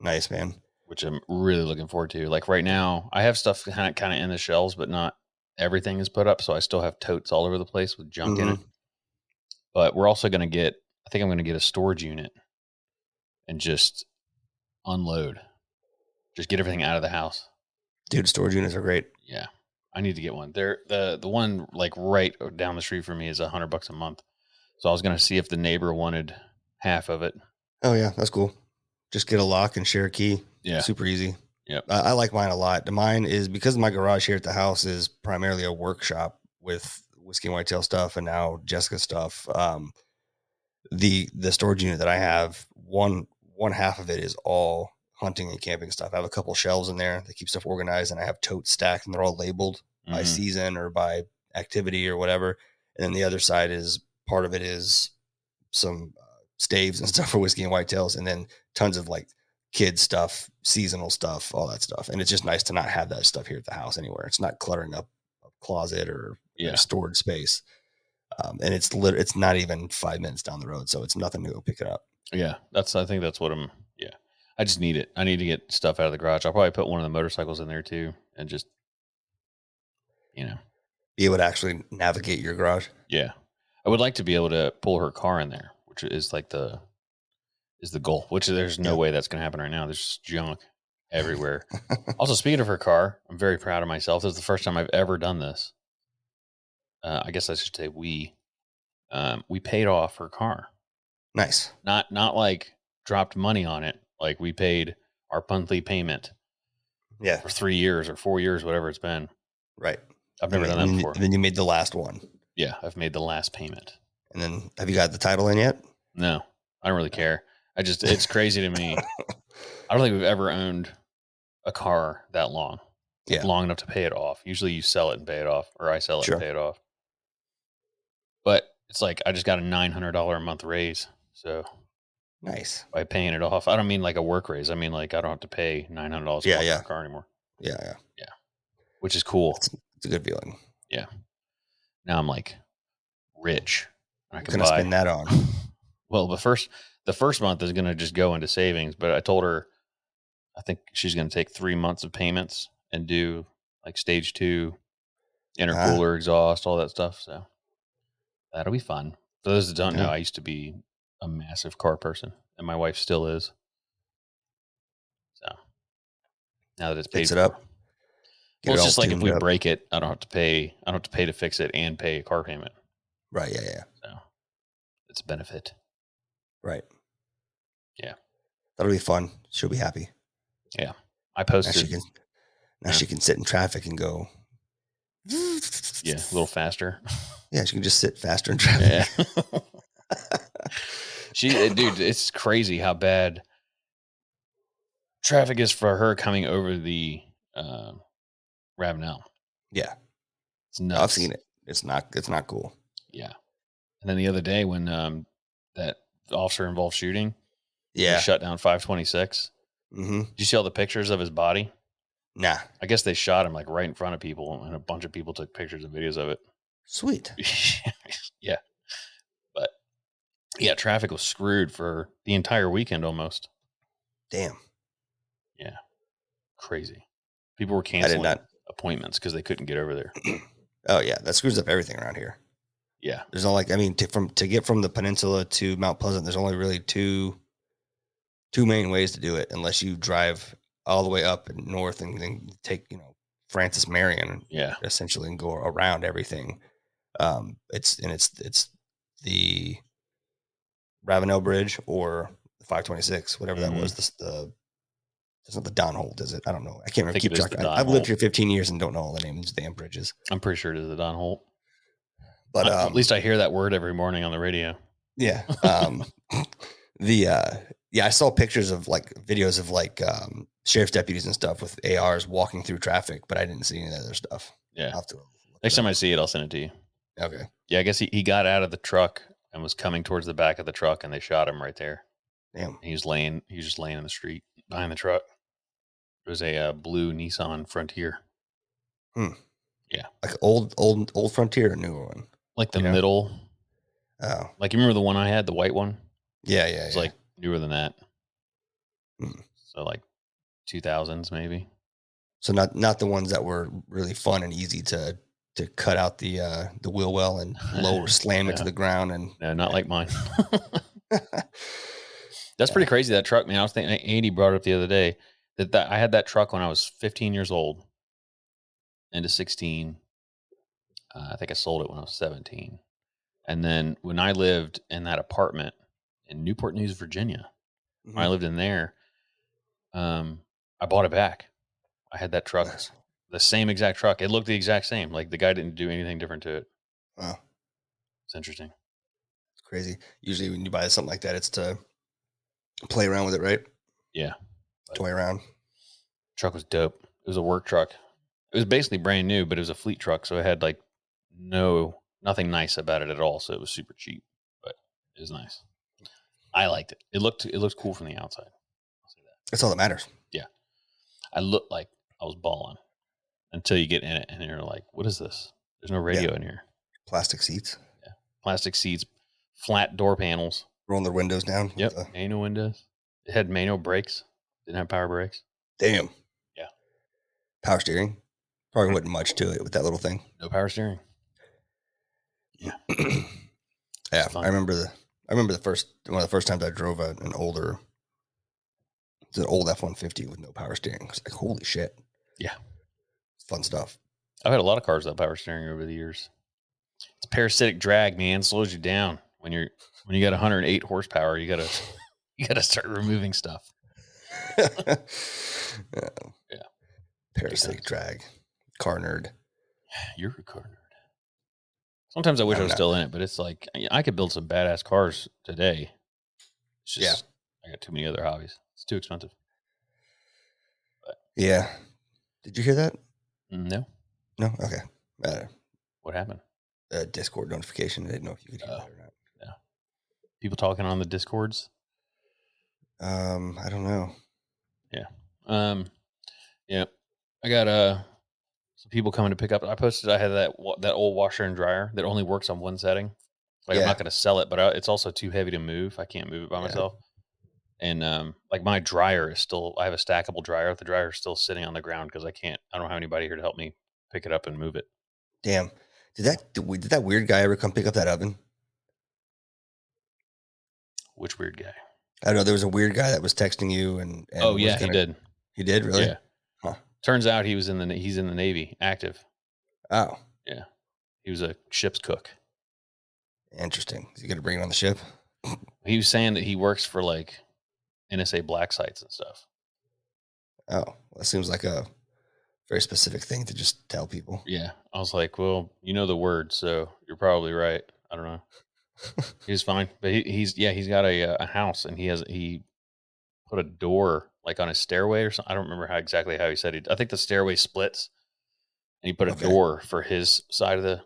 [SPEAKER 1] Nice man.
[SPEAKER 2] which I'm really looking forward to. Like right now, I have stuff kind of kind of in the shelves, but not everything is put up. So I still have totes all over the place with junk in it but we're also going to get i think i'm going to get a storage unit and just unload just get everything out of the house
[SPEAKER 1] Dude, storage units are great.
[SPEAKER 2] yeah i need to get one there the the one like right uh, down the street from me is a hundred bucks a month so i was going to see if the neighbor wanted half of it
[SPEAKER 1] Oh yeah, that's cool. Just get a lock and share a key.
[SPEAKER 2] yeah
[SPEAKER 1] super easy.
[SPEAKER 2] Yep.
[SPEAKER 1] I, I like mine a lot. Mine is because my garage here at the house is primarily a workshop with whiskey and whitetail stuff and now Jessica stuff. Um, the the storage unit that I have one one half of it is all hunting and camping stuff. I have a couple shelves in there that keep stuff organized, and I have totes stacked and they're all labeled by
[SPEAKER 2] Mhm.
[SPEAKER 1] season or by activity or whatever. And then the other side is part of it is some uh, staves and stuff for whiskey and whitetails, and then tons of like kid stuff, seasonal stuff, all that stuff. And it's just nice to not have that stuff here at the house anywhere. It's not cluttering up a closet or a
[SPEAKER 2] Yeah.
[SPEAKER 1] storage space. Um, and it's lit- it's not even five minutes down the road, so it's nothing to go pick it up.
[SPEAKER 2] Yeah, that's. I think that's what I'm. Yeah, I just need it. I need to get stuff out of the garage. I'll probably put one of the motorcycles in there too, and just, you know,
[SPEAKER 1] Be able to actually navigate your garage.
[SPEAKER 2] yeah. I would like to be able to pull her car in there, which is like the, is the goal. Which there's no
[SPEAKER 1] Yeah.
[SPEAKER 2] way that's going to happen right now. There's just junk everywhere. also, speaking of her car, I'm very proud of myself. This is the first time I've ever done this. Uh, I guess I should say we, um, we paid off her car.
[SPEAKER 1] Nice.
[SPEAKER 2] not not like dropped money on it. Like we paid our monthly payment
[SPEAKER 1] Yeah.
[SPEAKER 2] for three years or four years, whatever it's been.
[SPEAKER 1] Right.
[SPEAKER 2] I've never
[SPEAKER 1] And
[SPEAKER 2] done
[SPEAKER 1] then-
[SPEAKER 2] that
[SPEAKER 1] and
[SPEAKER 2] before.
[SPEAKER 1] Then you made the last one.
[SPEAKER 2] Yeah, I've made the last payment.
[SPEAKER 1] And then have you got the title in yet?
[SPEAKER 2] No, I don't really care. I just it's crazy to me. I don't think we've ever owned a car that long. like,
[SPEAKER 1] Yeah.
[SPEAKER 2] long enough to pay it off. Usually you sell it and pay it off, or I sell it
[SPEAKER 1] Sure.
[SPEAKER 2] and pay it off. But it's like I just got a nine hundred dollar a month raise. So
[SPEAKER 1] Nice.
[SPEAKER 2] by paying it off, I don't mean like a work raise. I mean like I don't have to pay nine hundred dollars
[SPEAKER 1] Yeah,
[SPEAKER 2] a month
[SPEAKER 1] yeah.
[SPEAKER 2] for a car anymore.
[SPEAKER 1] Yeah, yeah.
[SPEAKER 2] which is cool.
[SPEAKER 1] It's a good feeling.
[SPEAKER 2] Now I'm like rich. and I
[SPEAKER 1] I'm
[SPEAKER 2] can
[SPEAKER 1] gonna
[SPEAKER 2] buy.
[SPEAKER 1] spend that on.
[SPEAKER 2] well, the first the first month is going to just go into savings, but I told her I think she's going to take three months of payments and do like stage two,
[SPEAKER 1] Ah.
[SPEAKER 2] intercooler, exhaust, all that stuff. So that'll be fun. For those that don't know,
[SPEAKER 1] Yeah.
[SPEAKER 2] I used to be a massive car person, and my wife still is. So now that it's paid
[SPEAKER 1] Fix it
[SPEAKER 2] for.
[SPEAKER 1] up. Get
[SPEAKER 2] well,
[SPEAKER 1] it
[SPEAKER 2] it's
[SPEAKER 1] all
[SPEAKER 2] just like if
[SPEAKER 1] tuned
[SPEAKER 2] we
[SPEAKER 1] up.
[SPEAKER 2] break it, I don't have to pay. I don't have to pay to fix it and pay a car payment.
[SPEAKER 1] Right, yeah, yeah.
[SPEAKER 2] So it's a benefit.
[SPEAKER 1] Right.
[SPEAKER 2] Yeah.
[SPEAKER 1] That'll be fun. She'll be happy.
[SPEAKER 2] I
[SPEAKER 1] Now she
[SPEAKER 2] posted,
[SPEAKER 1] can now
[SPEAKER 2] Yeah.
[SPEAKER 1] she can sit in traffic and go
[SPEAKER 2] yeah, a little faster.
[SPEAKER 1] Yeah, she can just sit faster in traffic.
[SPEAKER 2] Yeah, she, uh, dude, it's crazy how bad traffic is for her coming over the uh, Ravenel.
[SPEAKER 1] Yeah.
[SPEAKER 2] It's nuts.
[SPEAKER 1] I've seen it. It's not it's not cool.
[SPEAKER 2] Yeah, and then the other day when um, that officer involved shooting, he
[SPEAKER 1] Yeah.
[SPEAKER 2] shut down five twenty six.
[SPEAKER 1] Mm-hmm.
[SPEAKER 2] Did you see all the pictures of his body?
[SPEAKER 1] Nah.
[SPEAKER 2] I guess they shot him like right in front of people, and a bunch of people took pictures and videos of
[SPEAKER 1] Sweet.
[SPEAKER 2] it. yeah, but yeah, traffic was screwed for the entire weekend almost.
[SPEAKER 1] Damn.
[SPEAKER 2] Crazy. People
[SPEAKER 1] I
[SPEAKER 2] were
[SPEAKER 1] did
[SPEAKER 2] canceling
[SPEAKER 1] not
[SPEAKER 2] appointments because they couldn't get over there.
[SPEAKER 1] Oh yeah, that screws up everything around here.
[SPEAKER 2] Yeah,
[SPEAKER 1] There's only like I mean to, from to get from the peninsula to Mount Pleasant, there's only really two two main ways to do it unless you drive all the way up and north and then take, you know, Francis Marion
[SPEAKER 2] yeah,
[SPEAKER 1] essentially and go around everything. Um it's and it's it's the Ravenel Bridge or the 526, whatever
[SPEAKER 2] Mhm.
[SPEAKER 1] that was. The, the it's not the Don Holt, is it? I don't know. I can't
[SPEAKER 2] I
[SPEAKER 1] remember.
[SPEAKER 2] think
[SPEAKER 1] Keep
[SPEAKER 2] it is
[SPEAKER 1] track.
[SPEAKER 2] the
[SPEAKER 1] I-
[SPEAKER 2] Don
[SPEAKER 1] I've lived
[SPEAKER 2] Holt.
[SPEAKER 1] here 15 years and don't know all the names of damn bridges.
[SPEAKER 2] I'm pretty sure it is the Don Holt.
[SPEAKER 1] But
[SPEAKER 2] Uh,
[SPEAKER 1] um,
[SPEAKER 2] at least I hear that word every morning on the radio.
[SPEAKER 1] Yeah. Um, the uh, yeah, I saw pictures of like videos of like um, sheriff's deputies and stuff with ARs walking through traffic, but I didn't see any of the other stuff.
[SPEAKER 2] Yeah.
[SPEAKER 1] I'll have to look
[SPEAKER 2] Next
[SPEAKER 1] it
[SPEAKER 2] time I see it, I'll send it to you.
[SPEAKER 1] up. Okay.
[SPEAKER 2] Yeah, I guess he, he got out of the truck and was coming towards the back of the truck, and they shot him right there.
[SPEAKER 1] Damn.
[SPEAKER 2] He was laying. He was just laying in the street behind the truck. It was a uh, blue Nissan Frontier,
[SPEAKER 1] Like old, old, old frontier, or newer one.
[SPEAKER 2] like the
[SPEAKER 1] Yeah.
[SPEAKER 2] middle.
[SPEAKER 1] Oh,
[SPEAKER 2] Like you remember the one I had, the white one.
[SPEAKER 1] yeah, yeah.
[SPEAKER 2] It's
[SPEAKER 1] yeah.
[SPEAKER 2] like newer than that.
[SPEAKER 1] Hmm.
[SPEAKER 2] So like two thousands maybe.
[SPEAKER 1] so not not the ones that were really fun and easy to to cut out the uh the wheel well and lower slam it to
[SPEAKER 2] Yeah.
[SPEAKER 1] the ground and
[SPEAKER 2] No, not like mine. That's pretty crazy. That truck, man. I was thinking. Andy brought it up the other day that, that I had that truck when I was 15 years old, into 16. Uh, I think I sold it when I was 17, and then when I lived in that apartment in Newport News, Virginia,
[SPEAKER 1] mm-hmm.
[SPEAKER 2] when
[SPEAKER 1] Mm.
[SPEAKER 2] I lived in there, um, I bought it back. I had that truck,
[SPEAKER 1] Nice.
[SPEAKER 2] the same exact truck. It looked the exact same. Like the guy didn't do anything different to it.
[SPEAKER 1] Wow.
[SPEAKER 2] It's interesting.
[SPEAKER 1] It's crazy. Usually when you buy something like that, it's to play around with it, right?
[SPEAKER 2] Yeah.
[SPEAKER 1] Toy around.
[SPEAKER 2] Truck was dope. It was a work truck. It was basically brand new, but it was a fleet truck, so it had like no nothing nice about it at all. So it was super cheap, but it was nice. I liked it. It looked it looked cool from the outside. I'll say that.
[SPEAKER 1] That's all that matters.
[SPEAKER 2] I looked like I was balling until you get in it and you're like, what is this? There's no radio in here.
[SPEAKER 1] Plastic seats,
[SPEAKER 2] Plastic seats, flat door panels.
[SPEAKER 1] rolling their windows down. with
[SPEAKER 2] Yep.
[SPEAKER 1] the-
[SPEAKER 2] Manual windows. It had manual brakes. Didn't have power brakes.
[SPEAKER 1] damn.
[SPEAKER 2] Yeah. Hmm.
[SPEAKER 1] Power steering. Probably wasn't much to it with that little thing.
[SPEAKER 2] No power steering.
[SPEAKER 1] yeah,
[SPEAKER 2] fun.
[SPEAKER 1] I remember the I remember the first one of the first times I drove a, an older it's an old F one fifty with no power steering. I was like, holy shit.
[SPEAKER 2] Yeah.
[SPEAKER 1] Fun stuff.
[SPEAKER 2] I've had a lot of cars that power steering over the years. It's parasitic drag, man. Slows you down when you're when you got 108 horsepower. You gotta you gotta start removing stuff.
[SPEAKER 1] yeah.
[SPEAKER 2] Yeah.
[SPEAKER 1] Parasitic drag. Car nerd.
[SPEAKER 2] You're a car nerd. Sometimes I wish I
[SPEAKER 1] I'm
[SPEAKER 2] was
[SPEAKER 1] not.
[SPEAKER 2] still in it, but it's like I- I could build some badass cars today. It's just I got too many other hobbies. It's too expensive.
[SPEAKER 1] Yeah. Did you hear that?
[SPEAKER 2] Mm, No,
[SPEAKER 1] No? Okay. Uh,
[SPEAKER 2] what happened?
[SPEAKER 1] a Discord notification. I didn't know if you could hear
[SPEAKER 2] Oh.
[SPEAKER 1] that or not.
[SPEAKER 2] People talking on the discords.
[SPEAKER 1] Um, I don't know.
[SPEAKER 2] Um, yeah, I got uh some people coming to pick up. I posted I had that wa- that old washer and dryer that only works on one setting. Like I'm
[SPEAKER 1] Yeah.
[SPEAKER 2] not going to sell it, but I, it's also too heavy to move. I can't move it by
[SPEAKER 1] Yeah.
[SPEAKER 2] myself. And um, like my dryer is still, I have a stackable dryer. The dryer is still sitting on the ground because I can't. I don't have anybody here to help me pick it up and move it.
[SPEAKER 1] Damn. Did that did we- did that weird guy ever come pick up that oven?
[SPEAKER 2] Which weird guy?
[SPEAKER 1] I don't know. There was a weird guy that was texting you, and, and
[SPEAKER 2] oh
[SPEAKER 1] was
[SPEAKER 2] yeah,
[SPEAKER 1] gonna-
[SPEAKER 2] he did.
[SPEAKER 1] He did really.
[SPEAKER 2] Yeah.
[SPEAKER 1] Huh.
[SPEAKER 2] Turns out he was in the na- he's in the Navy, active.
[SPEAKER 1] Oh,
[SPEAKER 2] He was a ship's cook.
[SPEAKER 1] interesting. Is he gonna bring it on the ship?
[SPEAKER 2] He was saying that he works for like NSA black sites and stuff.
[SPEAKER 1] Oh, well, that seems like a very specific thing to just tell people.
[SPEAKER 2] Yeah. I was like, well, you know the word, so you're probably right. I don't know. he was fine, but he, he's yeah, he's got a uh, a house and he has he put a door like on his stairway or something. I don't remember how exactly how he said it. I think the stairway splits, and he put a
[SPEAKER 1] Okay.
[SPEAKER 2] door for his side of the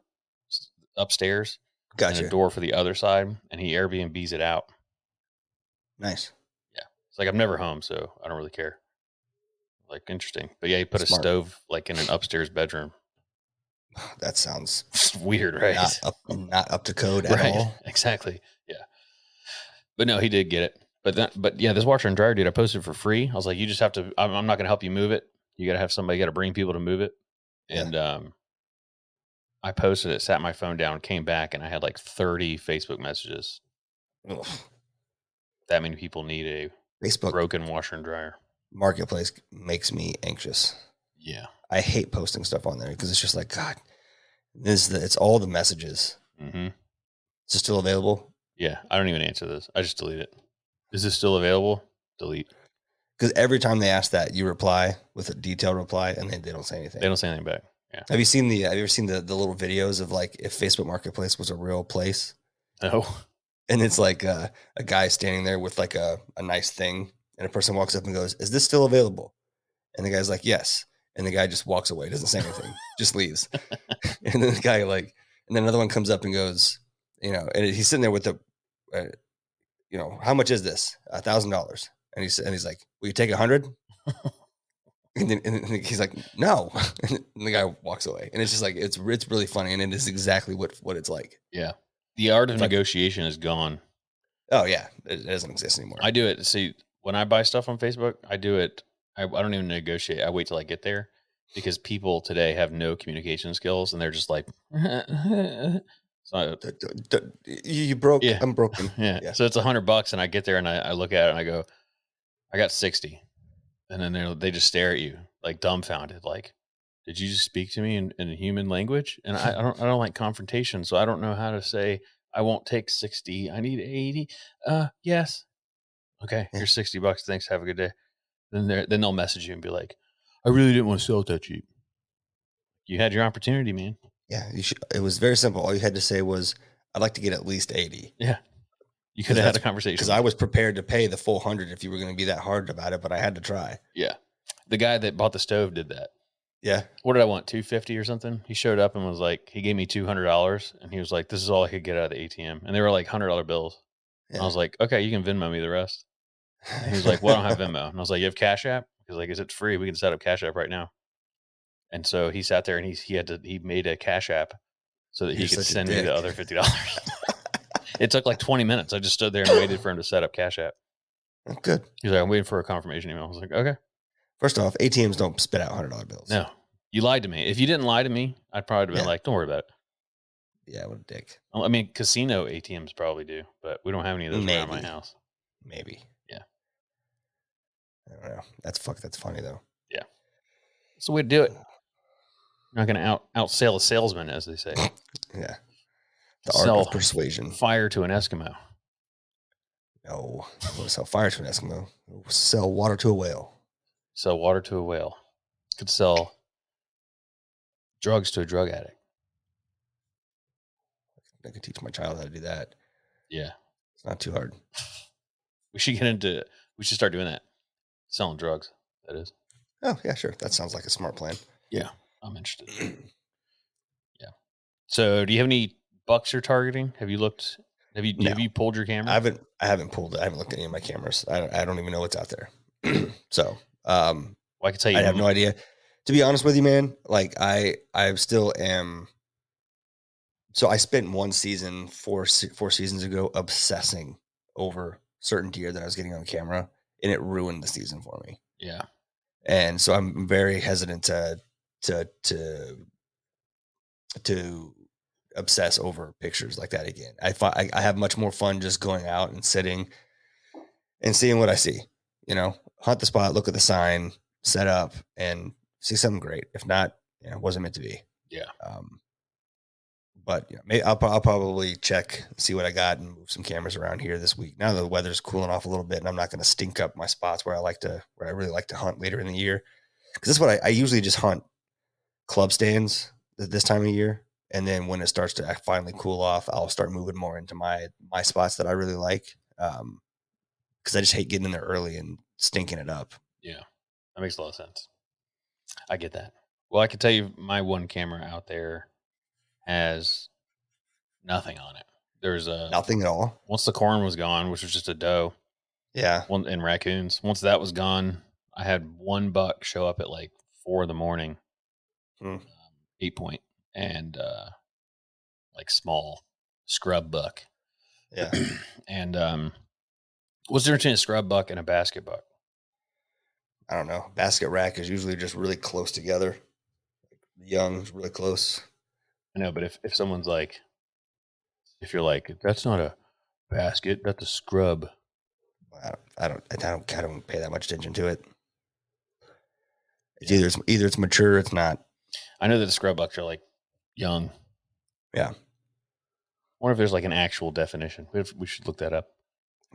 [SPEAKER 2] s- upstairs and
[SPEAKER 1] Gotcha.
[SPEAKER 2] a door for the other side, and he Airbnbs it out.
[SPEAKER 1] Nice.
[SPEAKER 2] It's like I'm never home, so I don't really care. Like interesting, but yeah, he put
[SPEAKER 1] Smart.
[SPEAKER 2] a stove like in an upstairs bedroom.
[SPEAKER 1] That sounds
[SPEAKER 2] Weird, right?
[SPEAKER 1] not up, not up to code at all.
[SPEAKER 2] Exactly. Yeah. But no, he did get it. But that, but yeah, this washer and dryer dude, I posted for free. I was like, you just have to. I'm, I'm not going to help you move it. You got to have somebody. Got to bring people to move it.
[SPEAKER 1] Yeah.
[SPEAKER 2] And um, I posted it, sat my phone down, came back, and I had like 30 Facebook messages.
[SPEAKER 1] Ugh.
[SPEAKER 2] That many people need a
[SPEAKER 1] Facebook
[SPEAKER 2] broken washer and dryer.
[SPEAKER 1] Marketplace makes me anxious.
[SPEAKER 2] Yeah.
[SPEAKER 1] I hate posting stuff on there because it's just like God. This is the, it's all the messages.
[SPEAKER 2] Mm-hmm.
[SPEAKER 1] Is it still available?
[SPEAKER 2] Yeah. I don't even answer this. I just delete it. Is this still available? Delete.
[SPEAKER 1] Because every time they ask that, you reply with a detailed reply, and then they don't say anything.
[SPEAKER 2] They don't say anything back.
[SPEAKER 1] Have you seen the? Have you ever seen the the little videos of like if Facebook Marketplace was a real place,
[SPEAKER 2] No.
[SPEAKER 1] and it's like uh, a guy standing there with like a a nice thing, and a person walks up and goes, "Is this still available?" And the guy's like, "Yes," and the guy just walks away, doesn't say anything, just leaves. And then the guy like, and then another one comes up and goes, you know, and he's sitting there with the, uh, you know, how much is this? A thousand dollars, and he's and he's like, "Will you take a hundred? And then, and then he's like, "No," and the guy walks away, and it's just like it's it's really funny, and it is exactly what what it's like.
[SPEAKER 2] The art of
[SPEAKER 1] It's like-
[SPEAKER 2] negotiation is gone.
[SPEAKER 1] Oh yeah, it, it doesn't exist anymore.
[SPEAKER 2] I do it. See, when I buy stuff on Facebook, I do it. I, I don't even negotiate. I wait till I get there because people today have no communication skills and they're just like, so,
[SPEAKER 1] D- d- d- you you broke.
[SPEAKER 2] Yeah.
[SPEAKER 1] I'm broken.
[SPEAKER 2] yeah.
[SPEAKER 1] Yeah.
[SPEAKER 2] So it's a hundred bucks, and I get there and I, I look at it and I go, I got sixty, and then they they just stare at you like dumbfounded, like, did you just speak to me in, in human language? And I, I don't I don't like confrontation, so I don't know how to say I won't take sixty. I need eighty. Uh, yes. Okay,
[SPEAKER 1] Yeah.
[SPEAKER 2] here's sixty bucks. Thanks. Have a good day. Then they then they'll message you and be like, I really didn't want to sell it that cheap. You had your opportunity, man.
[SPEAKER 1] Yeah, you should, it was very simple. All you had to say was, "I'd like to get at least 80.
[SPEAKER 2] You could have had a
[SPEAKER 1] that's-
[SPEAKER 2] conversation.
[SPEAKER 1] because I was prepared to pay the full hundred if you were going to be that hard about it, but I had to try.
[SPEAKER 2] The guy that bought the stove did that.
[SPEAKER 1] Yeah.
[SPEAKER 2] What did I want? Two fifty or something? He showed up and was like, he gave me two hundred dollars, and he was like, "This is all I could get out of the ATM," and they were like hundred dollar bills. And
[SPEAKER 1] Yeah.
[SPEAKER 2] I was like, "Okay, you can Venmo me the rest." And he was like, "Well, I don't have Venmo," and I was like, "You have Cash App?" He's like, "Is it free? We can set up Cash App right now." And so he sat there and he he had to he made a Cash App so that
[SPEAKER 1] You're
[SPEAKER 2] he could
[SPEAKER 1] such a
[SPEAKER 2] send me
[SPEAKER 1] dick.
[SPEAKER 2] the other fifty dollars. it took like twenty minutes. I just stood there and waited for him to set up Cash App.
[SPEAKER 1] Good.
[SPEAKER 2] He's like, "I'm waiting for a confirmation email." I was like, "Okay."
[SPEAKER 1] First off, ATMs don't spit out hundred dollar bills.
[SPEAKER 2] No, you lied to me. If you didn't lie to me, I'd probably have been
[SPEAKER 1] Yeah.
[SPEAKER 2] like, don't worry about it.
[SPEAKER 1] Yeah, what a dick.
[SPEAKER 2] Oh, I I mean, casino ATMs probably do, but we don't have any of those around my
[SPEAKER 1] Maybe.
[SPEAKER 2] house.
[SPEAKER 1] Maybe.
[SPEAKER 2] Yeah.
[SPEAKER 1] I don't know. That's fuck. That's funny though.
[SPEAKER 2] So we'd do it.
[SPEAKER 1] Mm.
[SPEAKER 2] You're not going to out outsell a salesman, as they say.
[SPEAKER 1] Yeah. The art
[SPEAKER 2] Sell.
[SPEAKER 1] of persuasion.
[SPEAKER 2] Fire to an Eskimo.
[SPEAKER 1] No. I wanna sell fire to an Eskimo. Sell water to a whale.
[SPEAKER 2] Sell water to a whale. Could sell drugs to a drug addict.
[SPEAKER 1] I could teach my child how to do that.
[SPEAKER 2] Yeah,
[SPEAKER 1] It's not too hard.
[SPEAKER 2] we should get into. We should start doing that. Selling drugs. That is.
[SPEAKER 1] Oh yeah, sure. That sounds like a smart plan.
[SPEAKER 2] I'm interested. So, do you have any bucks you're targeting? Have you looked? Have you
[SPEAKER 1] No.
[SPEAKER 2] have you pulled your camera?
[SPEAKER 1] I haven't I haven't pulled it. I haven't looked at any of my cameras. I don't, I don't even know what's out there. so um
[SPEAKER 2] Well, I can tell you.
[SPEAKER 1] I have no idea. To be honest with you, man, like I I still am. So I spent one season four se- four seasons ago obsessing over certain deer that I was getting on camera, and it ruined the season for me.
[SPEAKER 2] Yeah.
[SPEAKER 1] And so I'm very hesitant to to to to obsess over pictures like that again. I fi- I, I have much more fun just going out and sitting and seeing what I see. You know, hunt the spot, look at the sign, set up, and see something great. If not, you know, it wasn't meant to be.
[SPEAKER 2] Yeah.
[SPEAKER 1] Um, but you know, may I'll, pro- I'll probably check, see what I got, and move some cameras around here this week. Now that the weather's cooling off a little bit, and I'm not going to stink up my spots where I like to, where I really like to hunt later in the year, because that's what I, I usually just hunt club stands at this time of year. And then when it starts to act- finally cool off, I'll start moving more into my my spots that I really like. Um, because I just hate getting in there early and stinking it up.
[SPEAKER 2] Yeah, that makes a lot of sense. I get that. Well, I can tell you, my one camera out there has nothing on it. There's a
[SPEAKER 1] Nothing at all.
[SPEAKER 2] once the corn was gone, which was just a doe,
[SPEAKER 1] Yeah.
[SPEAKER 2] one and raccoons. Once that was gone, I had one buck show up at like four in the morning,
[SPEAKER 1] Hmm.
[SPEAKER 2] um, eight point, and uh, like small scrub buck.
[SPEAKER 1] Yeah.
[SPEAKER 2] and um, what's the difference between a scrub buck and a basket buck?
[SPEAKER 1] I don't know. Basket rack is usually just really close together. Young is really close.
[SPEAKER 2] I know, but if, if someone's like, if you're like, that's not a basket, that's a scrub.
[SPEAKER 1] I don't, I don't, I don't, I don't pay that much attention to it. It's either it's either it's mature, or it's not.
[SPEAKER 2] I know that the scrub bucks are like young.
[SPEAKER 1] Yeah.
[SPEAKER 2] I wonder if there's like an actual definition. We, have, we should look that up.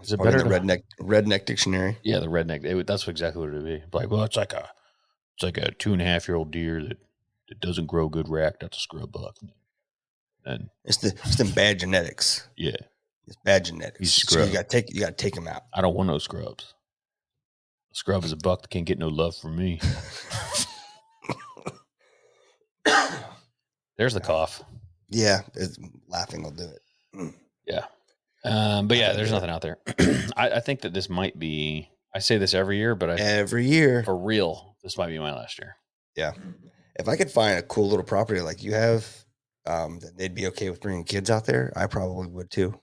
[SPEAKER 2] Is it
[SPEAKER 1] Or in
[SPEAKER 2] better?
[SPEAKER 1] the
[SPEAKER 2] to-
[SPEAKER 1] redneck redneck dictionary.
[SPEAKER 2] Yeah, the redneck. It, would- that's exactly what it would be. Like, well, it's like a, it's like a two and a half year old deer that, that doesn't grow good rack. That's a scrub buck. And
[SPEAKER 1] It's the it's them bad genetics.
[SPEAKER 2] yeah,
[SPEAKER 1] It's bad genetics.
[SPEAKER 2] You
[SPEAKER 1] so
[SPEAKER 2] scrub.
[SPEAKER 1] you got to take you got to take them out.
[SPEAKER 2] I don't want no scrubs. A scrub is a buck that can't get no love from me. There's the cough.
[SPEAKER 1] yeah, it's, laughing will do it.
[SPEAKER 2] Um, but
[SPEAKER 1] I
[SPEAKER 2] yeah,
[SPEAKER 1] think
[SPEAKER 2] there's
[SPEAKER 1] that-
[SPEAKER 2] nothing out there. I, I think that this might be. I say this every year, but I
[SPEAKER 1] Every year,
[SPEAKER 2] for real, this might be my last year.
[SPEAKER 1] if I could find a cool little property like you have, um, that they'd be okay with bringing kids out there. I probably would too.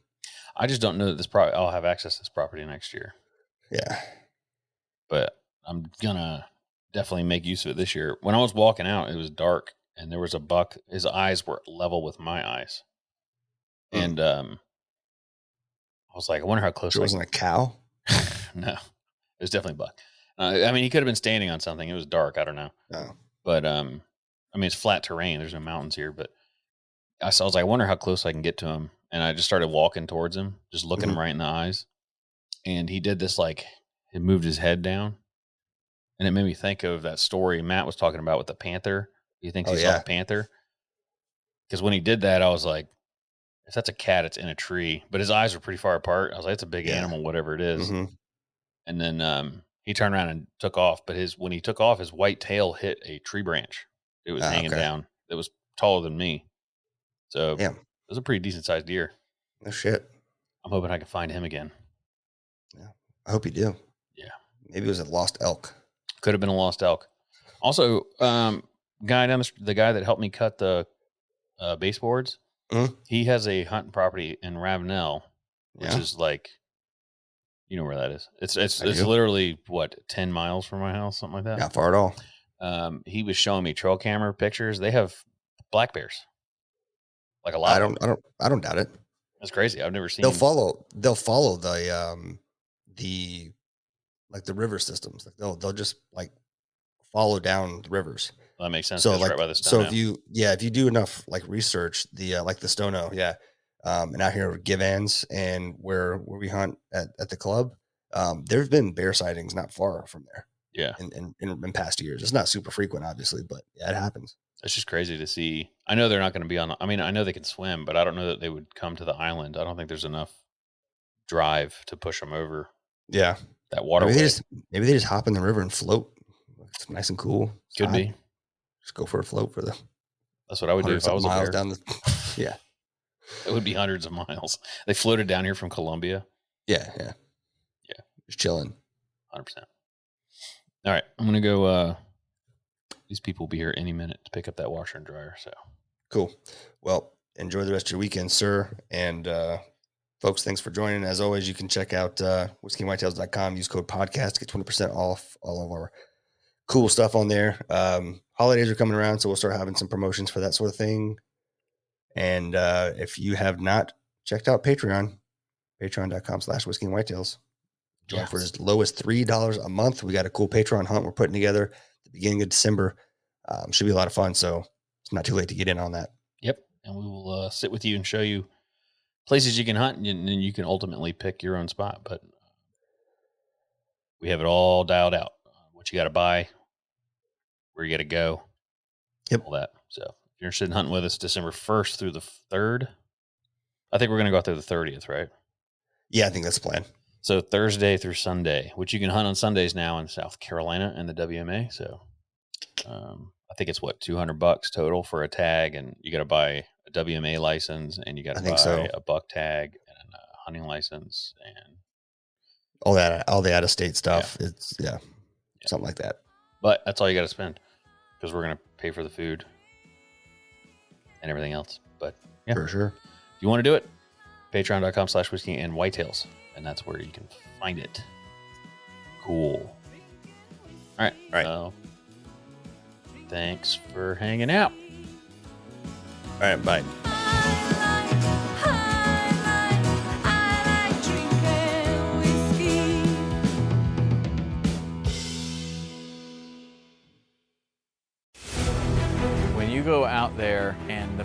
[SPEAKER 2] I just don't know that this property. I'll have access to this property next year,
[SPEAKER 1] Yeah,
[SPEAKER 2] but I'm gonna definitely make use of it this year. When I was walking out, it was dark, and there was a buck. His eyes were level with my eyes,
[SPEAKER 1] Hmm.
[SPEAKER 2] and um, I was like, I wonder how close.
[SPEAKER 1] it
[SPEAKER 2] I
[SPEAKER 1] wasn't a cow.
[SPEAKER 2] no, it was definitely a buck. Uh, I mean, he could have been standing on something. It was dark. I don't know.
[SPEAKER 1] No.
[SPEAKER 2] but um i mean it's flat terrain there's no mountains here but i, saw, I was like i wonder how close i can get to him and i just started walking towards him just looking
[SPEAKER 1] Mm-hmm.
[SPEAKER 2] him right in the eyes and he did this like he moved his head down and it made me think of that story matt was talking about with the panther he thinks
[SPEAKER 1] Oh,
[SPEAKER 2] he
[SPEAKER 1] yeah.
[SPEAKER 2] saw a panther because when he did that i was like if that's a cat it's in a tree but his eyes were pretty far apart i was like it's a big
[SPEAKER 1] Yeah.
[SPEAKER 2] animal whatever it is."
[SPEAKER 1] Mhm.
[SPEAKER 2] and then um he turned around and took off but his when he took off his white tail hit a tree branch It was
[SPEAKER 1] Ah,
[SPEAKER 2] hanging
[SPEAKER 1] okay.
[SPEAKER 2] down. It was taller than me. So
[SPEAKER 1] Damn.
[SPEAKER 2] it was a pretty decent sized deer.
[SPEAKER 1] No shit.
[SPEAKER 2] I'm hoping I can find him again.
[SPEAKER 1] I hope you do.
[SPEAKER 2] Yeah.
[SPEAKER 1] Maybe it was a lost elk.
[SPEAKER 2] Could have been a lost elk. Also, um, guy down the, str- the guy that helped me cut the uh, baseboards,
[SPEAKER 1] Mhm.
[SPEAKER 2] he has a hunting property in Ravenel, which
[SPEAKER 1] Yeah.
[SPEAKER 2] is like, you know where that is. It's it's
[SPEAKER 1] I
[SPEAKER 2] it's
[SPEAKER 1] do.
[SPEAKER 2] literally what ten miles from my house, something like that.
[SPEAKER 1] Not far at all.
[SPEAKER 2] Um, he was showing me trail camera pictures. They have black bears, like a lot.
[SPEAKER 1] I
[SPEAKER 2] of them.
[SPEAKER 1] don't. I don't. I don't doubt it.
[SPEAKER 2] That's crazy. I've never seen.
[SPEAKER 1] They'll follow. They'll follow the um the like the river systems. Like they'll they'll just like follow down the rivers.
[SPEAKER 2] That makes sense.
[SPEAKER 1] so
[SPEAKER 2] 'cause
[SPEAKER 1] like
[SPEAKER 2] right by the
[SPEAKER 1] so
[SPEAKER 2] so
[SPEAKER 1] if you yeah if you do enough like research the uh, like the Stono yeah um and out here with Givans and where where we hunt at at the club um there have been bear sightings not far from there
[SPEAKER 2] yeah,
[SPEAKER 1] in, in in in past years. It's not super frequent obviously, but yeah it happens.
[SPEAKER 2] it's just crazy to see. I know they're not going to be on. The, I mean, I know they can swim, but I don't know that they would come to the island. I don't think there's enough drive to push them over
[SPEAKER 1] Yeah.
[SPEAKER 2] that
[SPEAKER 1] Maybe
[SPEAKER 2] waterway.
[SPEAKER 1] they, just, maybe they just hop in the river and float. It's nice and cool. It's
[SPEAKER 2] Could
[SPEAKER 1] hot.
[SPEAKER 2] be.
[SPEAKER 1] Just go for a float for the
[SPEAKER 2] That's what I would do
[SPEAKER 1] hundred
[SPEAKER 2] if I was a
[SPEAKER 1] miles
[SPEAKER 2] bear.
[SPEAKER 1] down the. yeah,
[SPEAKER 2] It would be hundreds of miles. They floated down here from Colombia.
[SPEAKER 1] yeah, yeah,
[SPEAKER 2] Yeah.
[SPEAKER 1] Just chilling.
[SPEAKER 2] Hundred percent. All right, I'm gonna go. uh These people will be here any minute to pick up that washer and dryer. So
[SPEAKER 1] Cool. Well, enjoy the rest of your weekend, sir. And uh, folks, thanks for joining. As always, you can check out uh, whiskeyandwhitetails.com. Use code podcast to get 20% off all of our cool stuff on there. Um, holidays are coming around, so we'll start having some promotions for that sort of thing. And uh, if you have not checked out Patreon, patreon.com slash whiskey and whitetails. Join for as low as three dollars a month. We got a cool Patreon hunt we're putting together at the beginning of December. Um, should be a lot of fun. So it's not too late to get in on that.
[SPEAKER 2] Yep. And we will uh, sit with you and show you places you can hunt and, and you can ultimately pick your own spot. But uh, we have it all dialed out uh, what you got to buy, where you got to go,
[SPEAKER 1] Yep.
[SPEAKER 2] all that. So if you're interested in hunting with us December 1st through the 3rd, I think we're going to go out there the 30th, right?
[SPEAKER 1] Yeah, I think that's the plan.
[SPEAKER 2] So Thursday through Sunday, which you can hunt on Sundays now in South Carolina and the WMA. So um, I think it's what two hundred bucks total for a tag, and you got to buy a WMA license, and you got
[SPEAKER 1] I
[SPEAKER 2] to buy
[SPEAKER 1] think so.
[SPEAKER 2] a buck tag and a hunting license, and
[SPEAKER 1] All that, all the out of state stuff. It's yeah, something like that.
[SPEAKER 2] but that's all you got to spend because we're gonna pay for the food and everything else. But Yeah.
[SPEAKER 1] For sure.
[SPEAKER 2] if you want to do it, patreon.com slash whiskey and whitetails, and that's where you can find it. Cool. All right.
[SPEAKER 1] All right.
[SPEAKER 2] So, thanks for hanging out.
[SPEAKER 1] All right, bye.
[SPEAKER 4] I like drinking whiskey.
[SPEAKER 5] When you go out there and the